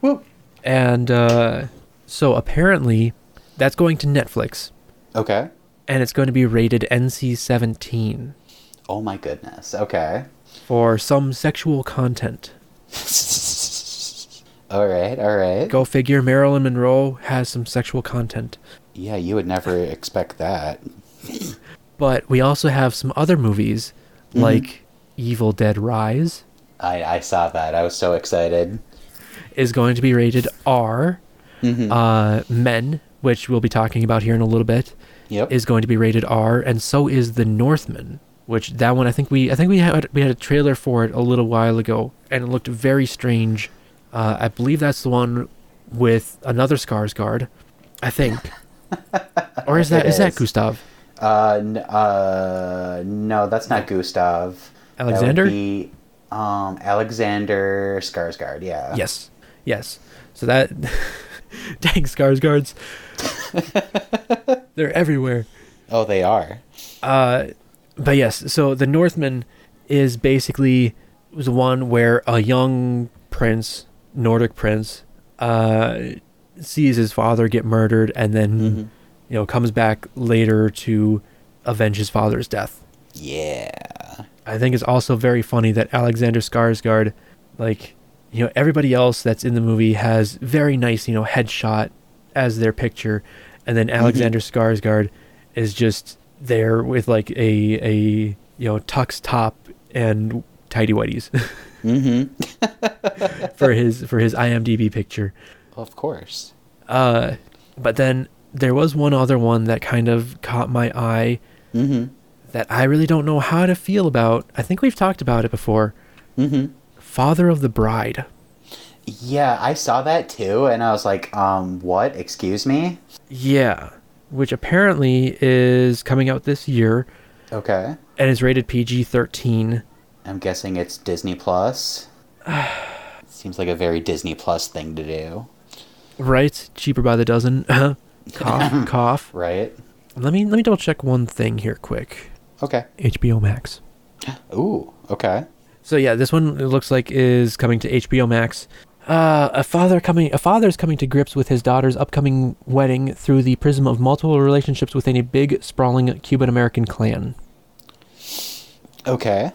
Speaker 2: Whoop.
Speaker 1: And uh, so apparently, that's going to Netflix,
Speaker 2: Okay.
Speaker 1: and it's going to be rated NC-17
Speaker 2: Oh my goodness. Okay.
Speaker 1: for some sexual content.
Speaker 2: all right. All right.
Speaker 1: Go figure. Marilyn Monroe has some sexual content.
Speaker 2: Yeah, you would never expect that.
Speaker 1: But we also have some other movies like Evil Dead Rise
Speaker 2: I, I saw that. I was so excited.
Speaker 1: is going to be rated R. Uh, Men, which we'll be talking about here in a little bit.
Speaker 2: Yep.
Speaker 1: is going to be rated R, and so is The Northman, which that one I think we I think we had we had a trailer for it a little while ago, and it looked very strange. Uh, I believe that's the one with another Skarsgård, I think. or is that
Speaker 2: It
Speaker 1: is that
Speaker 2: is.
Speaker 1: Gustav?
Speaker 2: Uh, n- uh, no, that's not Gustav. That would
Speaker 1: Alexander?
Speaker 2: be, um, Alexander Skarsgård. Yeah.
Speaker 1: Yes, yes. So that [LAUGHS] dang Skarsgårds, they're everywhere.
Speaker 2: Oh, they are.
Speaker 1: But yes, so the Northman is basically was the one where a young prince, Nordic prince, uh, sees his father get murdered, and then you know comes back later to avenge his father's death.
Speaker 2: Yeah.
Speaker 1: I think it's also very funny that Alexander Skarsgård, like you know everybody else that's in the movie has very nice you know headshot as their picture, and then Alexander Skarsgård is just there with like a a you know tux top and tidy whities [LAUGHS]
Speaker 2: Mm-hmm.
Speaker 1: for his for his IMDb picture.
Speaker 2: Of course.
Speaker 1: Uh, but then there was one other one that kind of caught my eye
Speaker 2: Mm-hmm.
Speaker 1: that I really don't know how to feel about. I think we've talked about it before.
Speaker 2: Mm-hmm.
Speaker 1: Father of the Bride.
Speaker 2: Yeah, I saw that too, and I was like, um, what? Excuse me?
Speaker 1: Yeah, which apparently is coming out this year
Speaker 2: Okay.
Speaker 1: and is rated PG 13.
Speaker 2: I'm guessing it's [SIGHS] Disney Plus. Seems like a very Disney Plus thing to do.
Speaker 1: right? Cheaper by the dozen. [LAUGHS]
Speaker 2: [LAUGHS]
Speaker 1: cough, cough.
Speaker 2: right?
Speaker 1: Let me let me double check one thing here, quick.
Speaker 2: Okay.
Speaker 1: HBO Max.
Speaker 2: Ooh. Okay.
Speaker 1: So yeah, this one it looks like is coming to HBO Max. Uh, a father coming, a father is coming to grips with his daughter's upcoming wedding through the prism of multiple relationships within a big, sprawling Cuban American clan.
Speaker 2: Okay.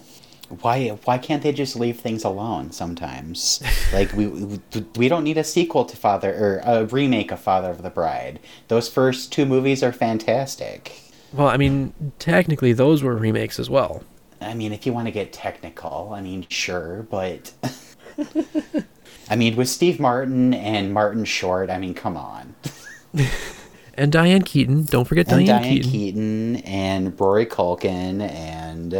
Speaker 2: Why why can't they just leave things alone [LAUGHS] sometimes? Like we we we don't need a sequel to Father or a remake of Father of the Bride. Those first two movies are fantastic.
Speaker 1: Well, I mean, technically those were remakes as well.
Speaker 2: I mean, if you want to get technical, I mean, sure, but [LAUGHS] I mean, with Steve Martin and Martin Short, I mean, come on.
Speaker 1: And Diane Keaton, don't forget
Speaker 2: And
Speaker 1: Diane,
Speaker 2: Diane
Speaker 1: Keaton.
Speaker 2: Keaton and Rory Culkin and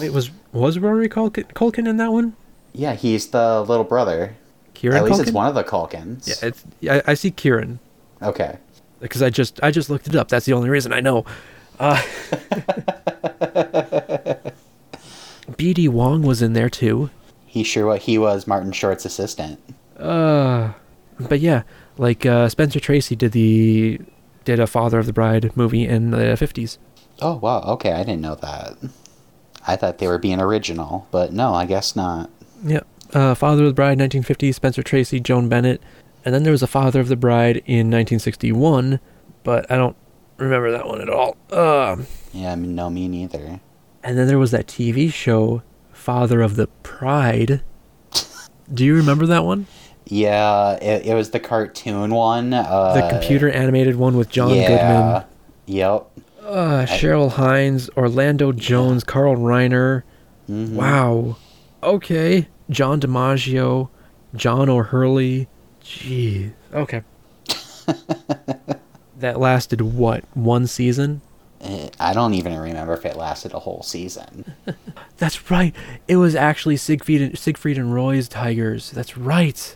Speaker 1: Wait, was was Rory Culkin, Culkin in that one?
Speaker 2: yeah, he's the little brother.
Speaker 1: Kieran
Speaker 2: At least
Speaker 1: Culkin?
Speaker 2: it's one of the Culkins.
Speaker 1: Yeah, it's, I, I see Kieran
Speaker 2: okay.
Speaker 1: because I just I just looked it up. That's the only reason I know. Uh, [LAUGHS] BD Wong was in there too.
Speaker 2: He sure wa he was Martin Short's assistant.
Speaker 1: Uh, but yeah, like uh, Spencer Tracy did the did a Father of the Bride movie in the fifties.
Speaker 2: Oh wow, okay, I didn't know that. I thought they were being original, but no, I guess not.
Speaker 1: Yeah, uh, Father of the Bride, nineteen fifty. Spencer Tracy, Joan Bennett, and then there was a Father of the Bride in nineteen sixty one, but I don't remember that one at all. Um,
Speaker 2: Yeah, I mean, no, me neither.
Speaker 1: and then there was that TV show Father of the Pride. Do you remember that one?
Speaker 2: Yeah, it, it was the cartoon one. Uh,
Speaker 1: The computer animated one with John
Speaker 2: yeah,
Speaker 1: Goodman,
Speaker 2: Yep.
Speaker 1: uh, Cheryl Hines, Orlando Jones, Carl Reiner.
Speaker 2: Mm-hmm.
Speaker 1: Wow. Okay. John DiMaggio, John O'Hurley. Jeez.
Speaker 2: [LAUGHS]
Speaker 1: Okay. that lasted what? One season?
Speaker 2: Eh, I don't even remember if it lasted a whole season.
Speaker 1: That's right. It was actually Siegfried and, Siegfried and Roy's Tigers. That's right.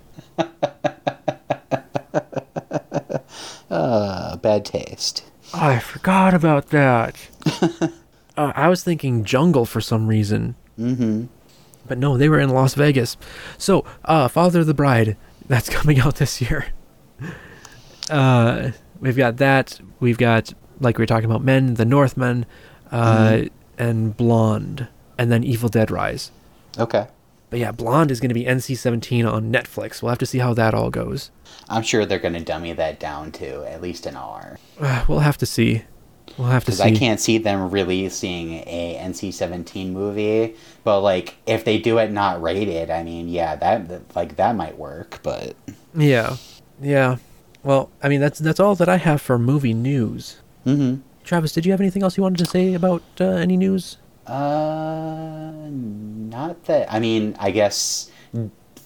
Speaker 2: Uh, bad taste.
Speaker 1: I forgot about that. [LAUGHS] uh, I was thinking jungle for some reason. Mm-hmm. But no, they were in Las Vegas. So, uh, Father of the Bride, that's [LAUGHS] coming out this year. Uh, we've got that. We've got, like we were talking about, Men, The Northmen, uh, and Blonde, and then Evil Dead Rise.
Speaker 2: Okay.
Speaker 1: But yeah, Blonde is going to be NC 17 on Netflix. We'll have to see how that all goes. [SIGHS]
Speaker 2: I'm sure they're going to dummy that down to at least an R.
Speaker 1: Uh, we'll have to see. We'll have to
Speaker 2: Because
Speaker 1: see.
Speaker 2: I can't see them releasing a NC-17 movie, but like if they do it not rated, I mean, yeah, that that- like that might work. But
Speaker 1: Yeah, yeah. Well, I mean that's that's all that I have for movie news.
Speaker 2: hmm
Speaker 1: Travis, did you have anything else you wanted to say about uh, any news?
Speaker 2: uh, not that. I mean, I guess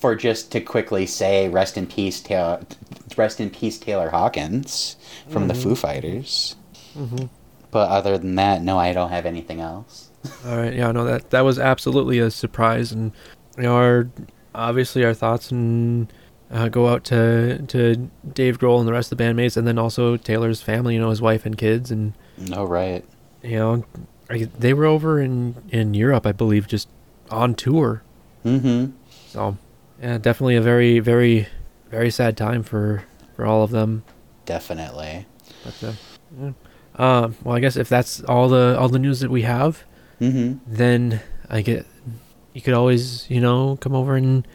Speaker 2: for just to quickly say, rest in peace, Taylor. Rest in peace, Taylor Hawkins from
Speaker 1: Mm-hmm.
Speaker 2: the Foo Fighters. But other than that, no, I don't have anything else.
Speaker 1: All right. Yeah. No. That that was absolutely a surprise, and you know, our obviously our thoughts and uh, go out to to Dave Grohl and the rest of the bandmates, and then also Taylor's family. You know, his wife and kids, and
Speaker 2: No, right.
Speaker 1: you know, I, they were over in in Europe, I believe, just on tour.
Speaker 2: Mm-hmm.
Speaker 1: So, yeah, definitely a very very very sad time for for all of them.
Speaker 2: Definitely.
Speaker 1: But, uh, yeah. Uh, well, I guess if that's all the all the news that we have,
Speaker 2: Mm-hmm.
Speaker 1: then I get you could always you know come over and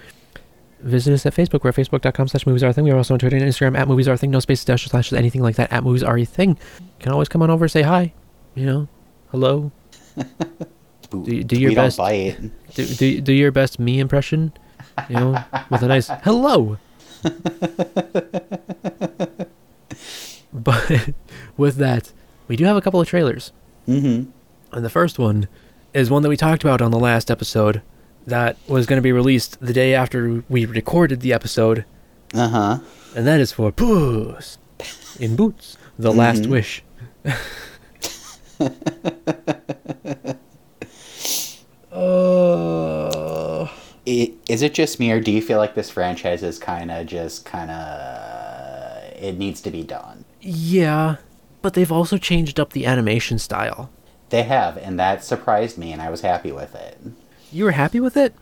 Speaker 1: visit us at Facebook. We're at facebook.com slash movies are a thing. We are also on Twitter and Instagram at movies are a thing. No spaces, dash slashes, anything like that at movies are a thing. You can always come on over, say hi, you know,
Speaker 2: [LAUGHS]
Speaker 1: hello. Do- do your
Speaker 2: we
Speaker 1: best.
Speaker 2: Don't bite.
Speaker 1: Do, do, do your best me impression, you know, with a nice hello. but with that, we do have a couple of trailers.
Speaker 2: Mm-hmm.
Speaker 1: And the first one is one that we talked about on the last episode that was going to be released the day after we recorded the episode,
Speaker 2: Uh huh.
Speaker 1: and that is for Puss in Boots, The Last Wish. [LAUGHS] uh,
Speaker 2: I- Is it just me, or do you feel like this franchise is kind of just kind of it needs to be done?
Speaker 1: yeah, but they've also changed up the animation style.
Speaker 2: They have, and that surprised me, and I was happy with it.
Speaker 1: You were happy with it?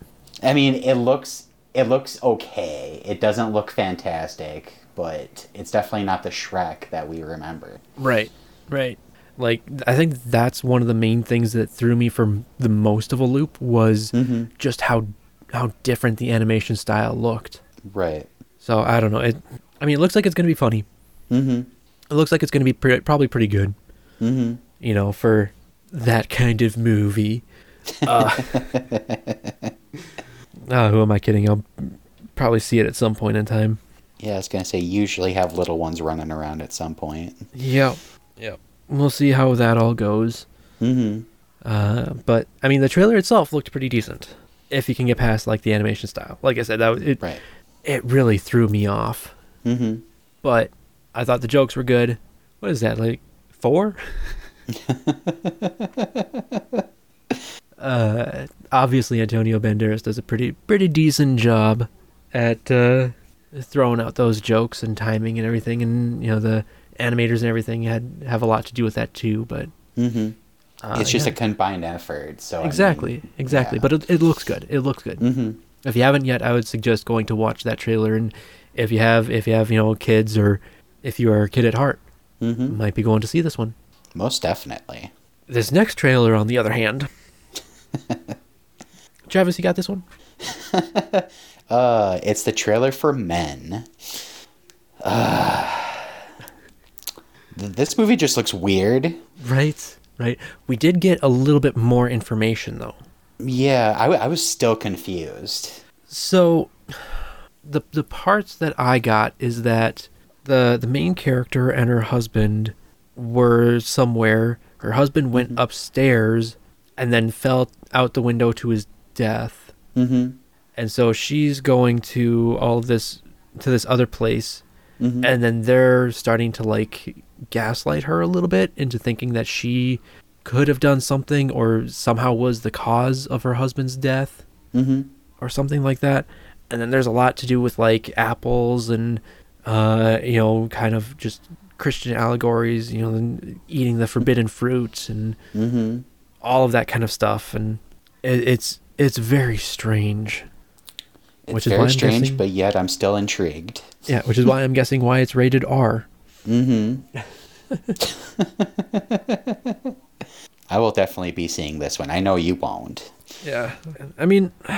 Speaker 2: I mean, it looks it looks okay. It doesn't look fantastic, but it's definitely not the Shrek that we remember.
Speaker 1: Right. Right. Like I think that's one of the main things that threw me for m- the most of a loop was just how how different the animation style looked.
Speaker 2: Right.
Speaker 1: So I don't know. It. I mean, it looks like it's gonna be funny.
Speaker 2: Mm-hmm.
Speaker 1: It looks like it's gonna be pre- probably pretty good.
Speaker 2: Mm-hmm.
Speaker 1: You know, for that kind of movie. Uh, Ah, who am I kidding? I'll probably see it at some point in time.
Speaker 2: Yeah, I was gonna say usually have little ones running around at some point.
Speaker 1: Yep. Yep. We'll see how that all goes.
Speaker 2: Mm-hmm.
Speaker 1: Uh, but I mean, the trailer itself looked pretty decent. If you can get past like the animation style, like I said, that was, it
Speaker 2: Right.
Speaker 1: it really threw me off.
Speaker 2: Mm-hmm.
Speaker 1: But I thought the jokes were good. What is that like four? [LAUGHS] uh, obviously, Antonio Banderas does a pretty pretty decent job at uh, throwing out those jokes and timing and everything, and you know the animators and everything had have a lot to do with that too. But
Speaker 2: Mm-hmm.
Speaker 1: uh,
Speaker 2: it's just
Speaker 1: yeah.
Speaker 2: a combined effort. So
Speaker 1: Exactly, exactly.
Speaker 2: yeah.
Speaker 1: But it, it looks good. It looks good.
Speaker 2: mm-hmm.
Speaker 1: If you haven't yet, I would suggest going to watch that trailer. And if you have, if you have, you know, kids or if you are a kid at heart,
Speaker 2: Mm-hmm.
Speaker 1: might be going to see this one.
Speaker 2: Most definitely.
Speaker 1: This next trailer, on the other hand, Travis, you got this one?
Speaker 2: Uh, it's the trailer for Men. Uh, th- this movie just looks weird.
Speaker 1: Right, right. We did get a little bit more information though.
Speaker 2: Yeah, I, w- I was still confused.
Speaker 1: So, the the parts that I got is that the the main character and her husband were somewhere. Her husband went upstairs and then fell out the window to his death.
Speaker 2: Mm-hmm.
Speaker 1: And so she's going to all this to this other place, and then they're starting to like gaslight her a little bit into thinking that she could have done something or somehow was the cause of her husband's death
Speaker 2: Mm-hmm.
Speaker 1: or something like that. And then there's a lot to do with like apples and uh, you know, kind of just Christian allegories, you know, and eating the forbidden fruit and
Speaker 2: Mm-hmm.
Speaker 1: all of that kind of stuff. And it, it's it's very strange.
Speaker 2: It's
Speaker 1: Which is why
Speaker 2: very
Speaker 1: I'm
Speaker 2: strange,
Speaker 1: guessing-
Speaker 2: but yet I'm still intrigued.
Speaker 1: Yeah, which is why I'm guessing why it's rated R.
Speaker 2: Mm-hmm. [LAUGHS] I will definitely be seeing this one. I know you won't.
Speaker 1: Yeah. I mean, [SIGHS]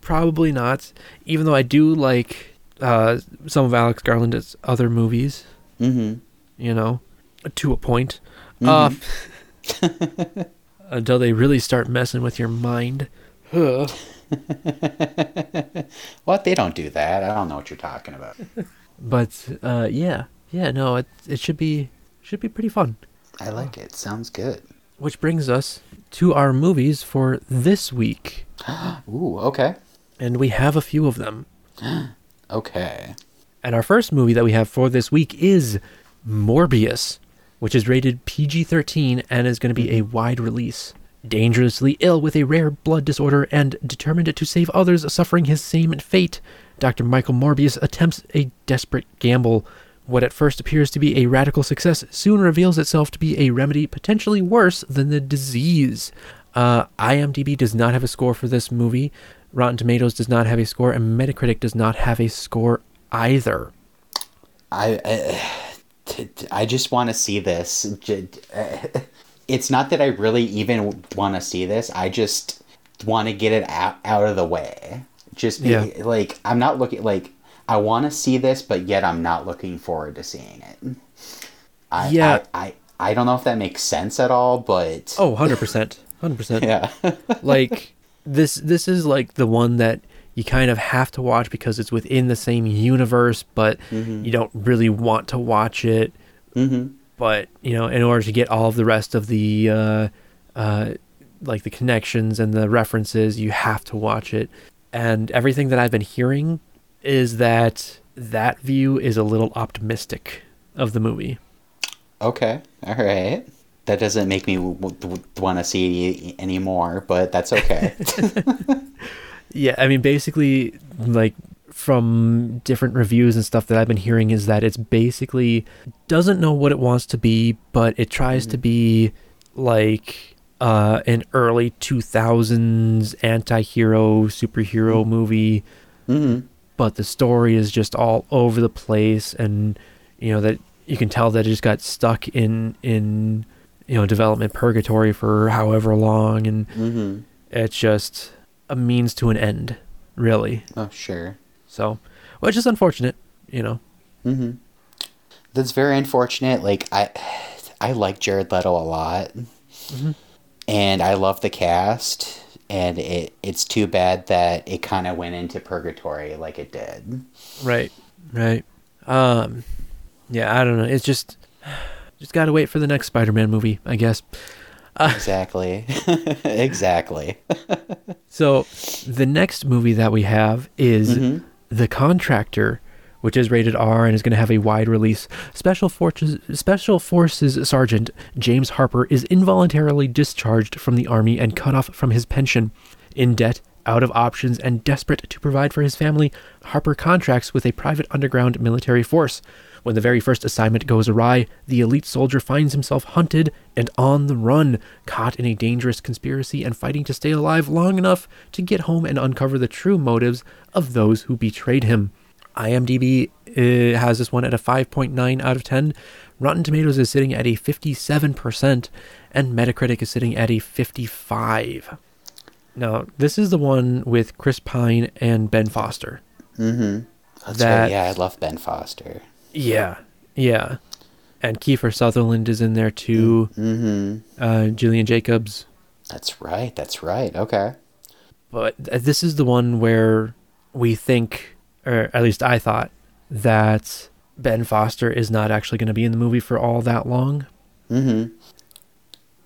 Speaker 1: probably not. Even though I do like uh, some of Alex Garland's other movies,
Speaker 2: Mm-hmm.
Speaker 1: you know, to a point. Uh, until they really start messing with your mind. Huh.
Speaker 2: What? They don't do that. I don't know what you're talking about.
Speaker 1: But uh, yeah, yeah, no, it it should be should be pretty fun.
Speaker 2: I
Speaker 1: Oh.
Speaker 2: like it. Sounds good.
Speaker 1: Which brings us to our movies for this week,
Speaker 2: Ooh, okay.
Speaker 1: and we have a few of them.
Speaker 2: Okay.
Speaker 1: And our first movie that we have for this week is Morbius, which is rated PG 13 and is going to be a wide release. Dangerously ill with a rare blood disorder and determined to save others suffering his same fate, Dr. Michael Morbius attempts a desperate gamble. What at first appears to be a radical success soon reveals itself to be a remedy potentially worse than the disease. Uh, IMDb does not have a score for this movie. Rotten Tomatoes does not have a score, and Metacritic does not have a score either.
Speaker 2: I I, t- t- I just want to see this. J- uh, [LAUGHS] It's not that I really even want to see this. I just want to get it out, out of the way. Just be,
Speaker 1: Yeah.
Speaker 2: like I'm not looking like I want to see this, but yet I'm not looking forward to seeing it. I,
Speaker 1: Yeah.
Speaker 2: I, I I don't know if that makes sense at all, but
Speaker 1: Oh, 100%.
Speaker 2: [LAUGHS]
Speaker 1: 100%.
Speaker 2: yeah.
Speaker 1: Like this this is like the one that you kind of have to watch because it's within the same universe, but you don't really want to watch it.
Speaker 2: hmm
Speaker 1: But, you know, in order to get all of the rest of the uh uh like the connections and the references, you have to watch it. And everything that I've been hearing is that that view is a little optimistic of the movie.
Speaker 2: Okay. All right. That doesn't make me w- w- want to see it e- anymore, but that's okay.
Speaker 1: [LAUGHS] Yeah, I mean, basically, like from different reviews and stuff that I've been hearing is that it's basically doesn't know what it wants to be, but it tries to be like uh, an early 2000s anti-hero superhero movie
Speaker 2: hmm
Speaker 1: but the story is just all over the place and you know that you can tell that it just got stuck in in you know development purgatory for however long and
Speaker 2: Mm-hmm.
Speaker 1: it's just a means to an end really
Speaker 2: Oh, sure.
Speaker 1: so which is unfortunate you know
Speaker 2: Mm-hmm. That's very unfortunate. Like I, I like Jared Leto a lot,
Speaker 1: Mm-hmm.
Speaker 2: and I love the cast. And it it's too bad that it kind of went into purgatory like it did.
Speaker 1: [LAUGHS] right right um yeah i don't know it's just [SIGHS] just gotta wait for the next spider-man movie i guess
Speaker 2: Exactly. [LAUGHS] exactly.
Speaker 1: So the next movie that we have is The Contractor, which is rated R and is going to have a wide release. Special Forces Special Forces Sergeant James Harper is involuntarily discharged from the army and cut off from his pension. In debt, out of options and desperate to provide for his family, Harper contracts with a private underground military force. When the very first assignment goes awry, the elite soldier finds himself hunted and on the run, caught in a dangerous conspiracy and fighting to stay alive long enough to get home and uncover the true motives of those who betrayed him. IMDb uh, has this one at a 5.9 out of 10. Rotten Tomatoes is sitting at a 57%, and Metacritic is sitting at a 55. Now, this is the one with Chris Pine and Ben Foster.
Speaker 2: That's
Speaker 1: Mm-hmm. That-
Speaker 2: right. Yeah, I love Ben Foster.
Speaker 1: Yeah, yeah. And Kiefer Sutherland is in there too. Mm-hmm. Uh, Julian Jacobs.
Speaker 2: That's right. That's right. Okay.
Speaker 1: But th- this is the one where we think, or at least I thought, that Ben Foster is not actually going to be in the movie for all that long.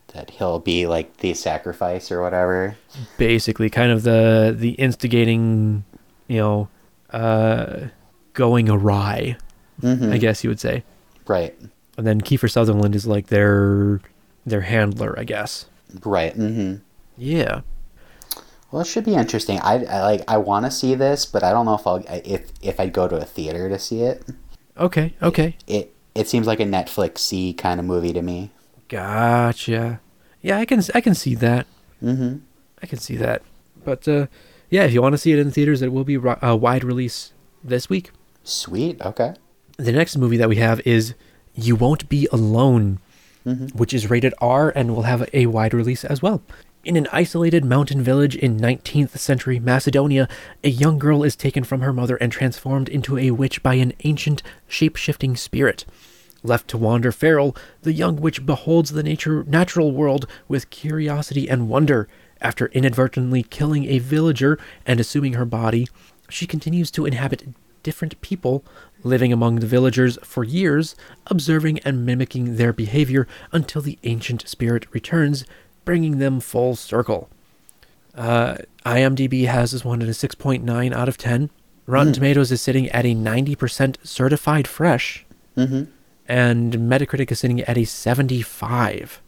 Speaker 2: That he'll be like the sacrifice or whatever.
Speaker 1: Basically, kind of the the instigating, you know, uh, going awry. I guess you would say.
Speaker 2: Right.
Speaker 1: And then Kiefer Sutherland is like their their handler, I guess.
Speaker 2: Right. Mm-hmm.
Speaker 1: Yeah.
Speaker 2: Well, it should be interesting. I, I like. I want to see this, but I don't know if I'll if if I'd go to a theater to see it.
Speaker 1: Okay. Okay.
Speaker 2: It it seems like a Netflix kind of movie to me.
Speaker 1: Gotcha. Yeah, I can I can see that.
Speaker 2: Mm-hmm.
Speaker 1: I can see that. But uh, yeah, if you want to see it in theaters, it will be ri- uh, wide release this week.
Speaker 2: Sweet. Okay.
Speaker 1: The next movie that we have is You Won't Be Alone, which is rated R and will have a wide release as well. In an isolated mountain village in 19th century Macedonia, a young girl is taken from her mother and transformed into a witch by an ancient, shape shifting spirit. Left to wander feral, the young witch beholds the nature, natural world with curiosity and wonder. After inadvertently killing a villager and assuming her body, she continues to inhabit different people, living among the villagers for years, observing and mimicking their behavior until the ancient spirit returns, bringing them full circle. Uh, IMDb has this one at a 6.9 out of 10. Rotten Tomatoes is sitting at a 90% certified fresh and Metacritic is sitting at a 75.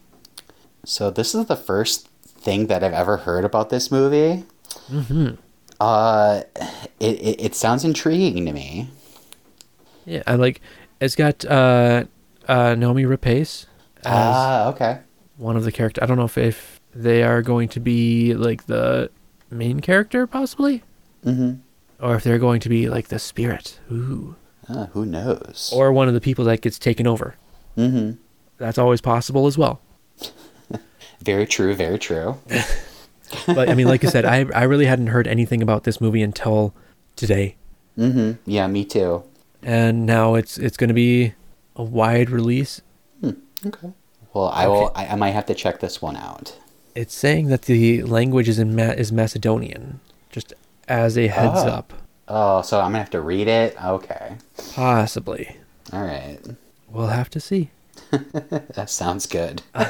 Speaker 2: So this is the first thing that I've ever heard about this movie. Mm-hmm. Uh, it, it it sounds intriguing to me.
Speaker 1: Yeah, I like it's got uh, uh, Naomi Rapace as
Speaker 2: Ah, okay.
Speaker 1: one of the character. I don't know if, if they are going to be like the main character possibly,
Speaker 2: Mm-hmm.
Speaker 1: or if they're going to be like the spirit, ooh,
Speaker 2: Ah, who knows?
Speaker 1: or one of the people that gets taken over.
Speaker 2: mm-hmm.
Speaker 1: That's always possible as well.
Speaker 2: Very true. Very true.
Speaker 1: But I mean, like I said, I I really hadn't heard anything about this movie until today.
Speaker 2: mm-hmm. Yeah, me too.
Speaker 1: And now it's it's going to be a wide release
Speaker 2: Okay. Well, I will. I, I might have to check this one out.
Speaker 1: It's saying that the language is in Ma- is Macedonian, just as a heads
Speaker 2: Ah.
Speaker 1: up,
Speaker 2: Oh, so I'm gonna have to read it. Okay.
Speaker 1: possibly.
Speaker 2: All right.
Speaker 1: We'll have to see.
Speaker 2: That sounds good.
Speaker 1: Uh,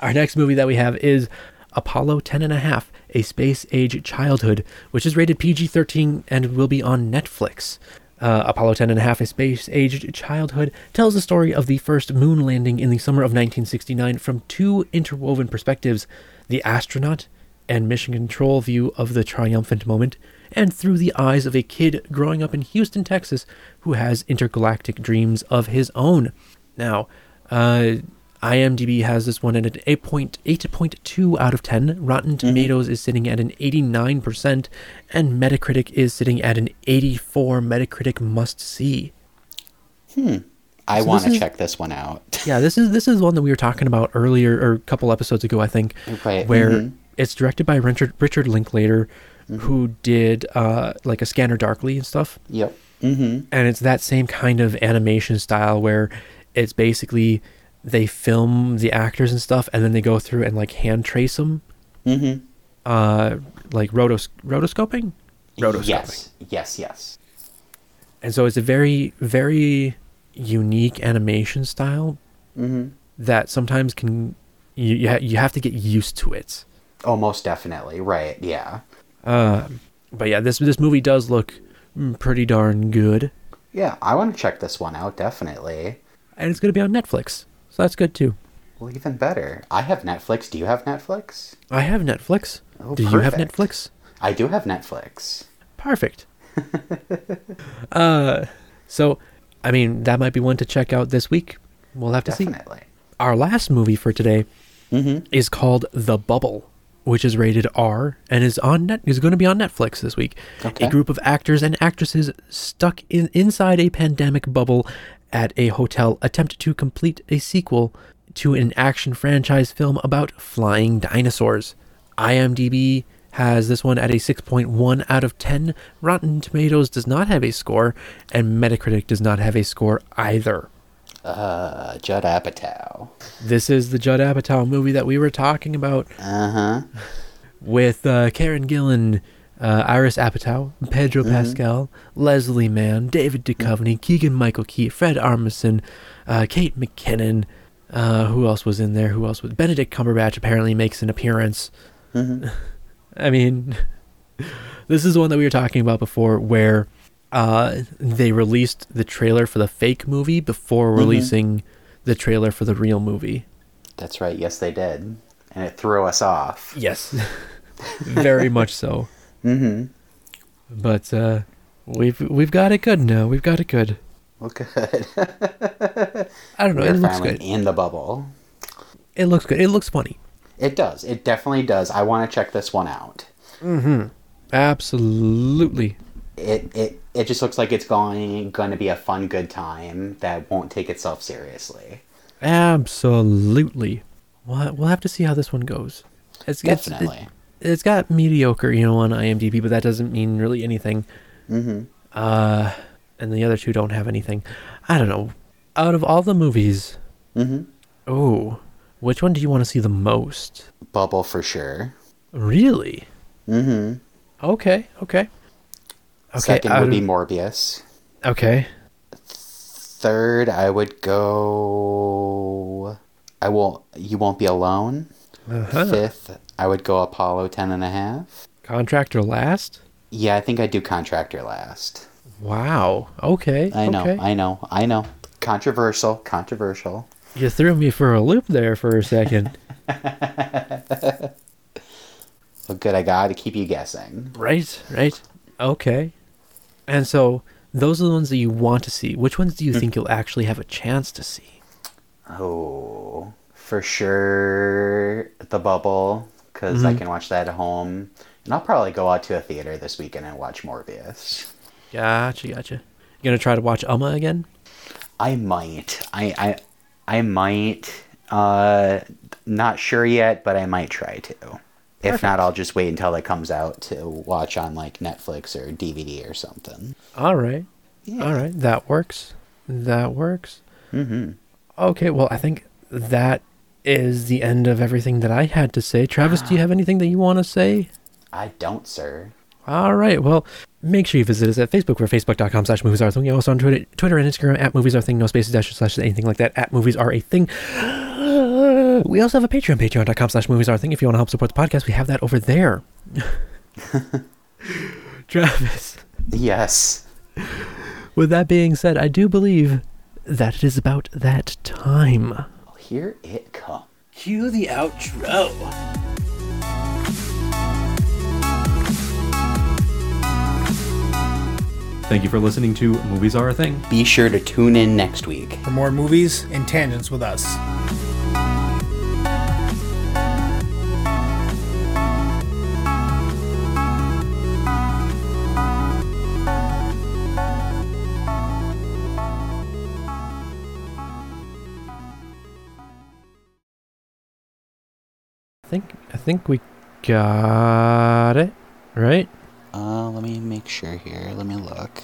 Speaker 1: Our next movie that we have is Apollo 10 and a half, a space age childhood, which is rated PG 13 and will be on Netflix. Uh, Apollo 10 and a half, a space age childhood, tells the story of the first moon landing in the summer of 1969 from two interwoven perspectives the astronaut and mission control view of the triumphant moment, and through the eyes of a kid growing up in Houston, Texas, who has intergalactic dreams of his own. Now, uh, IMDb has this one at an 8.8.2 out of 10. Rotten Tomatoes is sitting at an 89%, and Metacritic is sitting at an 84 Metacritic must see.
Speaker 2: I
Speaker 1: So
Speaker 2: want
Speaker 1: this
Speaker 2: to
Speaker 1: is-
Speaker 2: check this one out. [LAUGHS]
Speaker 1: Yeah, this is this is one that we were talking about earlier or a couple episodes ago, I think,
Speaker 2: Right,
Speaker 1: where it's directed by Richard Richard Linklater, who did uh, like a Scanner Darkly and stuff.
Speaker 2: yep. hmm
Speaker 1: and it's that same kind of animation style where it's basically they film the actors and stuff and then they go through and like hand trace them
Speaker 2: Mhm.
Speaker 1: uh like rotos- rotoscoping rotoscoping
Speaker 2: Yes. Yes. Yes.
Speaker 1: and so it's a very very unique animation style Mm-hmm. that sometimes can you you, ha- you have to get used to it
Speaker 2: Oh, most definitely. Right. Yeah.
Speaker 1: but yeah this this movie does look mm, pretty darn good
Speaker 2: Yeah. I want to check this one out definitely.
Speaker 1: and it's going to be on Netflix so that's good too
Speaker 2: Well, even better. I have Netflix. Do you have Netflix?
Speaker 1: I have Netflix
Speaker 2: Oh,
Speaker 1: do you have
Speaker 2: perfect.
Speaker 1: Netflix
Speaker 2: I do have Netflix.
Speaker 1: Perfect. [LAUGHS] uh, so, I mean, that might be one to check out this week. We'll have to see.
Speaker 2: Definitely.
Speaker 1: Our last movie for today is called The Bubble, which is rated R and is on net is going to be on Netflix this week.
Speaker 2: Okay.
Speaker 1: A group of actors and actresses stuck in inside a pandemic bubble at a hotel attempt to complete a sequel to an action franchise film about flying dinosaurs. IMDb has this one at a 6.1 out of 10. Rotten Tomatoes does not have a score, and Metacritic does not have a score either.
Speaker 2: Uh, Judd Apatow.
Speaker 1: This is the Judd Apatow movie that we were talking about
Speaker 2: Uh huh.
Speaker 1: Uh-huh. with uh, Karen Gillan, uh, Iris Apatow, Pedro Pascal, Leslie Mann, David Duchovny, Keegan Michael Key, Fred Armisen, uh, Kate McKinnon. Uh, who else was in there? Who else was Benedict Cumberbatch? Apparently makes an appearance. Mm-hmm. I mean, [LAUGHS] this is one that we were talking about before, where uh, they released the trailer for the fake movie before releasing the trailer for the real movie.
Speaker 2: That's right. Yes, they did. And it threw us off.
Speaker 1: Yes, [LAUGHS] very much so. Mm-hmm. But uh, we've we've got it good now. We've got it good.
Speaker 2: Well, good. [LAUGHS]
Speaker 1: I don't know.
Speaker 2: We're
Speaker 1: It looks
Speaker 2: finally
Speaker 1: good.
Speaker 2: in the bubble.
Speaker 1: It looks good. It looks funny.
Speaker 2: It does. It definitely does. I want to check this one out.
Speaker 1: Absolutely.
Speaker 2: It it it just looks like it's going going to be a fun, good time that won't take itself seriously.
Speaker 1: Absolutely. We'll, ha- we'll have to see how this one goes. It's, it's- it-
Speaker 2: Definitely.
Speaker 1: it's got mediocre, you know, on IMDb, but that doesn't mean really anything. Mm-hmm. Uh, and the other two don't have anything. I don't know. Out of all the movies,
Speaker 2: Mhm.
Speaker 1: oh, which one do you want to see the most?
Speaker 2: Bubble for sure.
Speaker 1: Really?
Speaker 2: Mm-hmm.
Speaker 1: Okay. Okay. Okay. um,
Speaker 2: Second
Speaker 1: out
Speaker 2: would be
Speaker 1: of-
Speaker 2: Morbius.
Speaker 1: okay.
Speaker 2: Third, I would go. I won't. You won't be alone.
Speaker 1: Uh-huh.
Speaker 2: Fifth, I would go Apollo ten and a half.
Speaker 1: Contractor last.
Speaker 2: Yeah, I think I do Contractor last.
Speaker 1: Wow. Okay.
Speaker 2: I know,
Speaker 1: Okay.
Speaker 2: I know, I know. Controversial, controversial.
Speaker 1: You threw me for a loop there for
Speaker 2: [LAUGHS]
Speaker 1: a second,
Speaker 2: But good, I gotta keep you guessing.
Speaker 1: right? Right. Okay. And so those are the ones that you want to see. Which ones
Speaker 2: Hmm.
Speaker 1: do you think you'll actually have a chance to see?
Speaker 2: Oh, for sure, the bubble, because
Speaker 1: Mm-hmm.
Speaker 2: I can watch that at home. And I'll probably go out to a theater this weekend and watch Morbius.
Speaker 1: Gotcha. Gotcha. You gonna try to watch Uma again?
Speaker 2: I might. I, I, I might. Uh, not sure yet, but I might try to. If not, I'll just wait until it comes out to watch on like Netflix or DVD or something.
Speaker 1: All right.
Speaker 2: Yeah.
Speaker 1: All right. That works. That works. Mm-hmm. Okay. Well, I think that is the end of everything that I had to say. Travis, do you have anything that you want to say?
Speaker 2: I don't, sir.
Speaker 1: All right. Well, make sure you visit us at Facebook. We're facebook.com slash movies are a thing. You're also on Twitter, Twitter and Instagram at movies are a thing. No spaces, dashes, slashes, anything like that. At movies are a thing. [GASPS] We also have a Patreon, patreon.com slash movies are a thing. If you want to help support the podcast, we have that over there. [LAUGHS] Travis,
Speaker 2: Yes.
Speaker 1: with that being said, I do believe that it is about that time.
Speaker 2: Here it comes.
Speaker 1: Cue the outro.
Speaker 4: Thank you for listening to Movies Are a Thing.
Speaker 2: Be sure to tune in next week.
Speaker 3: For more movies and tangents with us.
Speaker 1: think I think we got it right.
Speaker 2: Uh, let me make sure here. Let me look.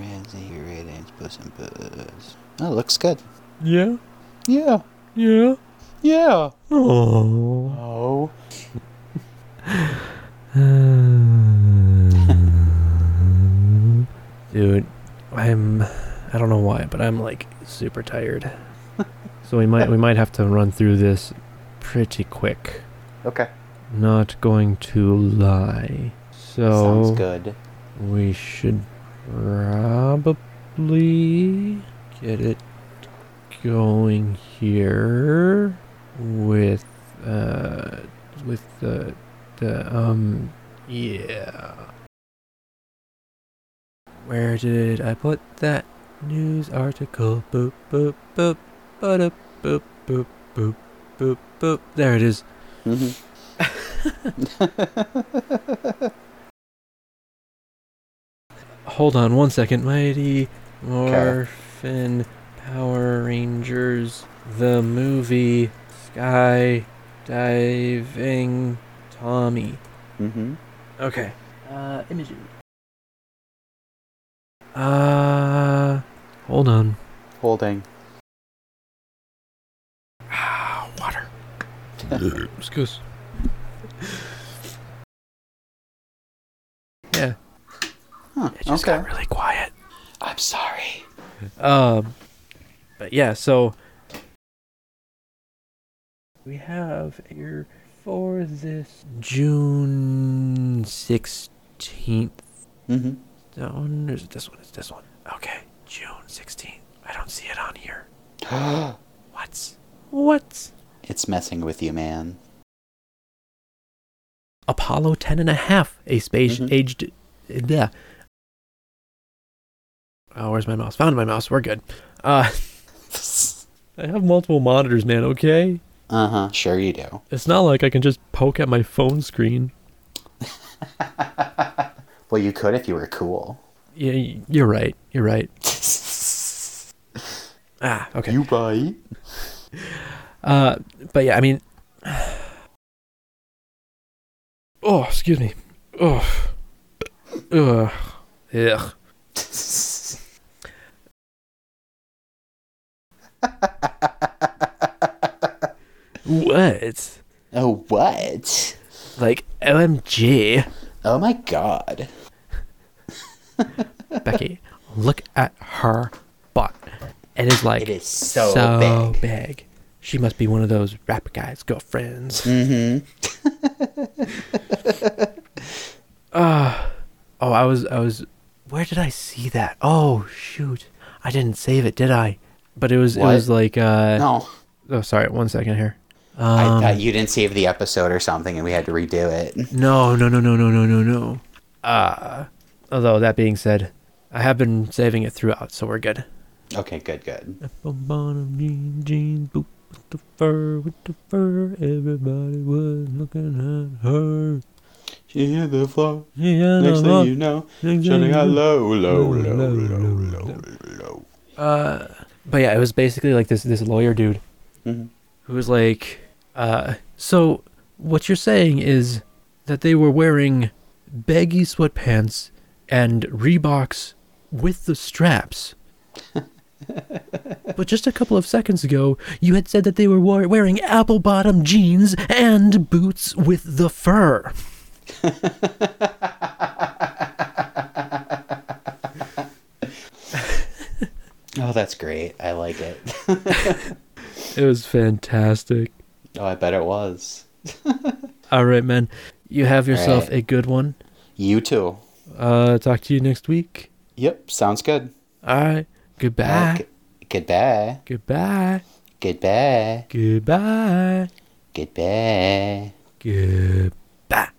Speaker 2: Razzie ratings, Puss and Buzz. Oh, looks good.
Speaker 1: Yeah.
Speaker 2: Yeah.
Speaker 1: Yeah.
Speaker 2: Yeah.
Speaker 1: [LAUGHS] Oh.
Speaker 2: Oh.
Speaker 1: Dude, I'm I don't know why, but I'm like super [LAUGHS] tired. so we might we might have to run through this pretty quick.
Speaker 2: Okay.
Speaker 1: Not going to lie. So
Speaker 2: Sounds good.
Speaker 1: we should probably get it going here with uh with the the um yeah where did I put that news article boop boop boop boop boop boop boop boop boop there it is
Speaker 2: hmm Mm-hmm. [LAUGHS]
Speaker 1: Hold on one second. Mighty Morphin Power Rangers, the movie Sky Diving Tommy.
Speaker 2: hmm
Speaker 1: Okay. Uh, images. Uh, hold on.
Speaker 2: Holding.
Speaker 1: Ah, water. Excuse. Yeah,
Speaker 2: Huh,
Speaker 1: it just
Speaker 2: okay.
Speaker 1: got really quiet.
Speaker 2: I'm sorry.
Speaker 1: Um, but yeah, so we have here for this June sixteenth.
Speaker 2: hmm
Speaker 1: That one or is it this one? It's this one. Okay, June sixteenth. I don't see it on here. What? What?
Speaker 2: Mm-hmm. [GASPS] it's messing with you, man. [LAUGHS]
Speaker 1: Apollo ten and a half, a space
Speaker 2: Mhm.
Speaker 1: aged. Yeah. Oh, where's my mouse? Found my mouse. We're good. Uh, [LAUGHS] I have multiple monitors, man. Okay.
Speaker 2: Uh huh. Sure you [LAUGHS] do.
Speaker 1: It's not like I can just poke at my phone screen.
Speaker 2: Well, you could if you were [LAUGHS] cool.
Speaker 1: Yeah, y- you're right. You're right. Ah, okay.
Speaker 2: You [LAUGHS] right?
Speaker 1: Uh, but yeah, I mean, [SIGHS] oh, excuse me. Ugh. Ugh. Ugh. What?
Speaker 2: oh what?
Speaker 1: Like, OMG,
Speaker 2: Oh my god.
Speaker 1: Becky, look at her butt. It is like
Speaker 2: It is so
Speaker 1: big. She must be one of those rap guys' girlfriends.
Speaker 2: Mm-hmm.
Speaker 1: Uh, oh, I was, I was. Where did I see that? Oh shoot, I didn't save it, did I? But it was,
Speaker 2: What?
Speaker 1: it was like. Uh,
Speaker 2: No.
Speaker 1: Oh, sorry. One second here.
Speaker 2: I
Speaker 1: Um,
Speaker 2: thought you didn't save the episode or something and we had to redo it.
Speaker 1: no, no, no, no, no, no, no, no. Uh, although that being said, I have been saving it throughout, so we're good.
Speaker 2: Okay, good, good.
Speaker 1: Up on bottom jean, jeans, boot with the fur, with the fur. Everybody was looking at her.
Speaker 2: You hear the flow.
Speaker 1: Yeah,
Speaker 2: Next
Speaker 1: no,
Speaker 2: thing you know,
Speaker 1: next thing
Speaker 2: shutting
Speaker 1: you
Speaker 2: out
Speaker 1: know.
Speaker 2: low, low,
Speaker 1: Low,
Speaker 2: low,
Speaker 1: low,
Speaker 2: low,
Speaker 1: low,
Speaker 2: low,
Speaker 1: low.
Speaker 2: low.
Speaker 1: Uh, but yeah, it was basically like this this lawyer dude
Speaker 2: Mhm.
Speaker 1: who was like, uh, so what you're saying is that they were wearing baggy sweatpants and Reeboks with the straps. but just a couple of seconds ago, you had said that they were wa- wearing apple bottom jeans and boots with the fur.
Speaker 2: Oh, that's great. I like it. [LAUGHS]
Speaker 1: It was fantastic.
Speaker 2: Oh, I bet it was.
Speaker 1: All right, man. You have yourself
Speaker 2: right.
Speaker 1: a good one.
Speaker 2: You too.
Speaker 1: Uh, talk to you next week.
Speaker 2: Yep, sounds good.
Speaker 1: All right. Goodbye.
Speaker 2: Uh, g- goodbye.
Speaker 1: Goodbye.
Speaker 2: Goodbye.
Speaker 1: Goodbye.
Speaker 2: Goodbye.
Speaker 1: Goodbye.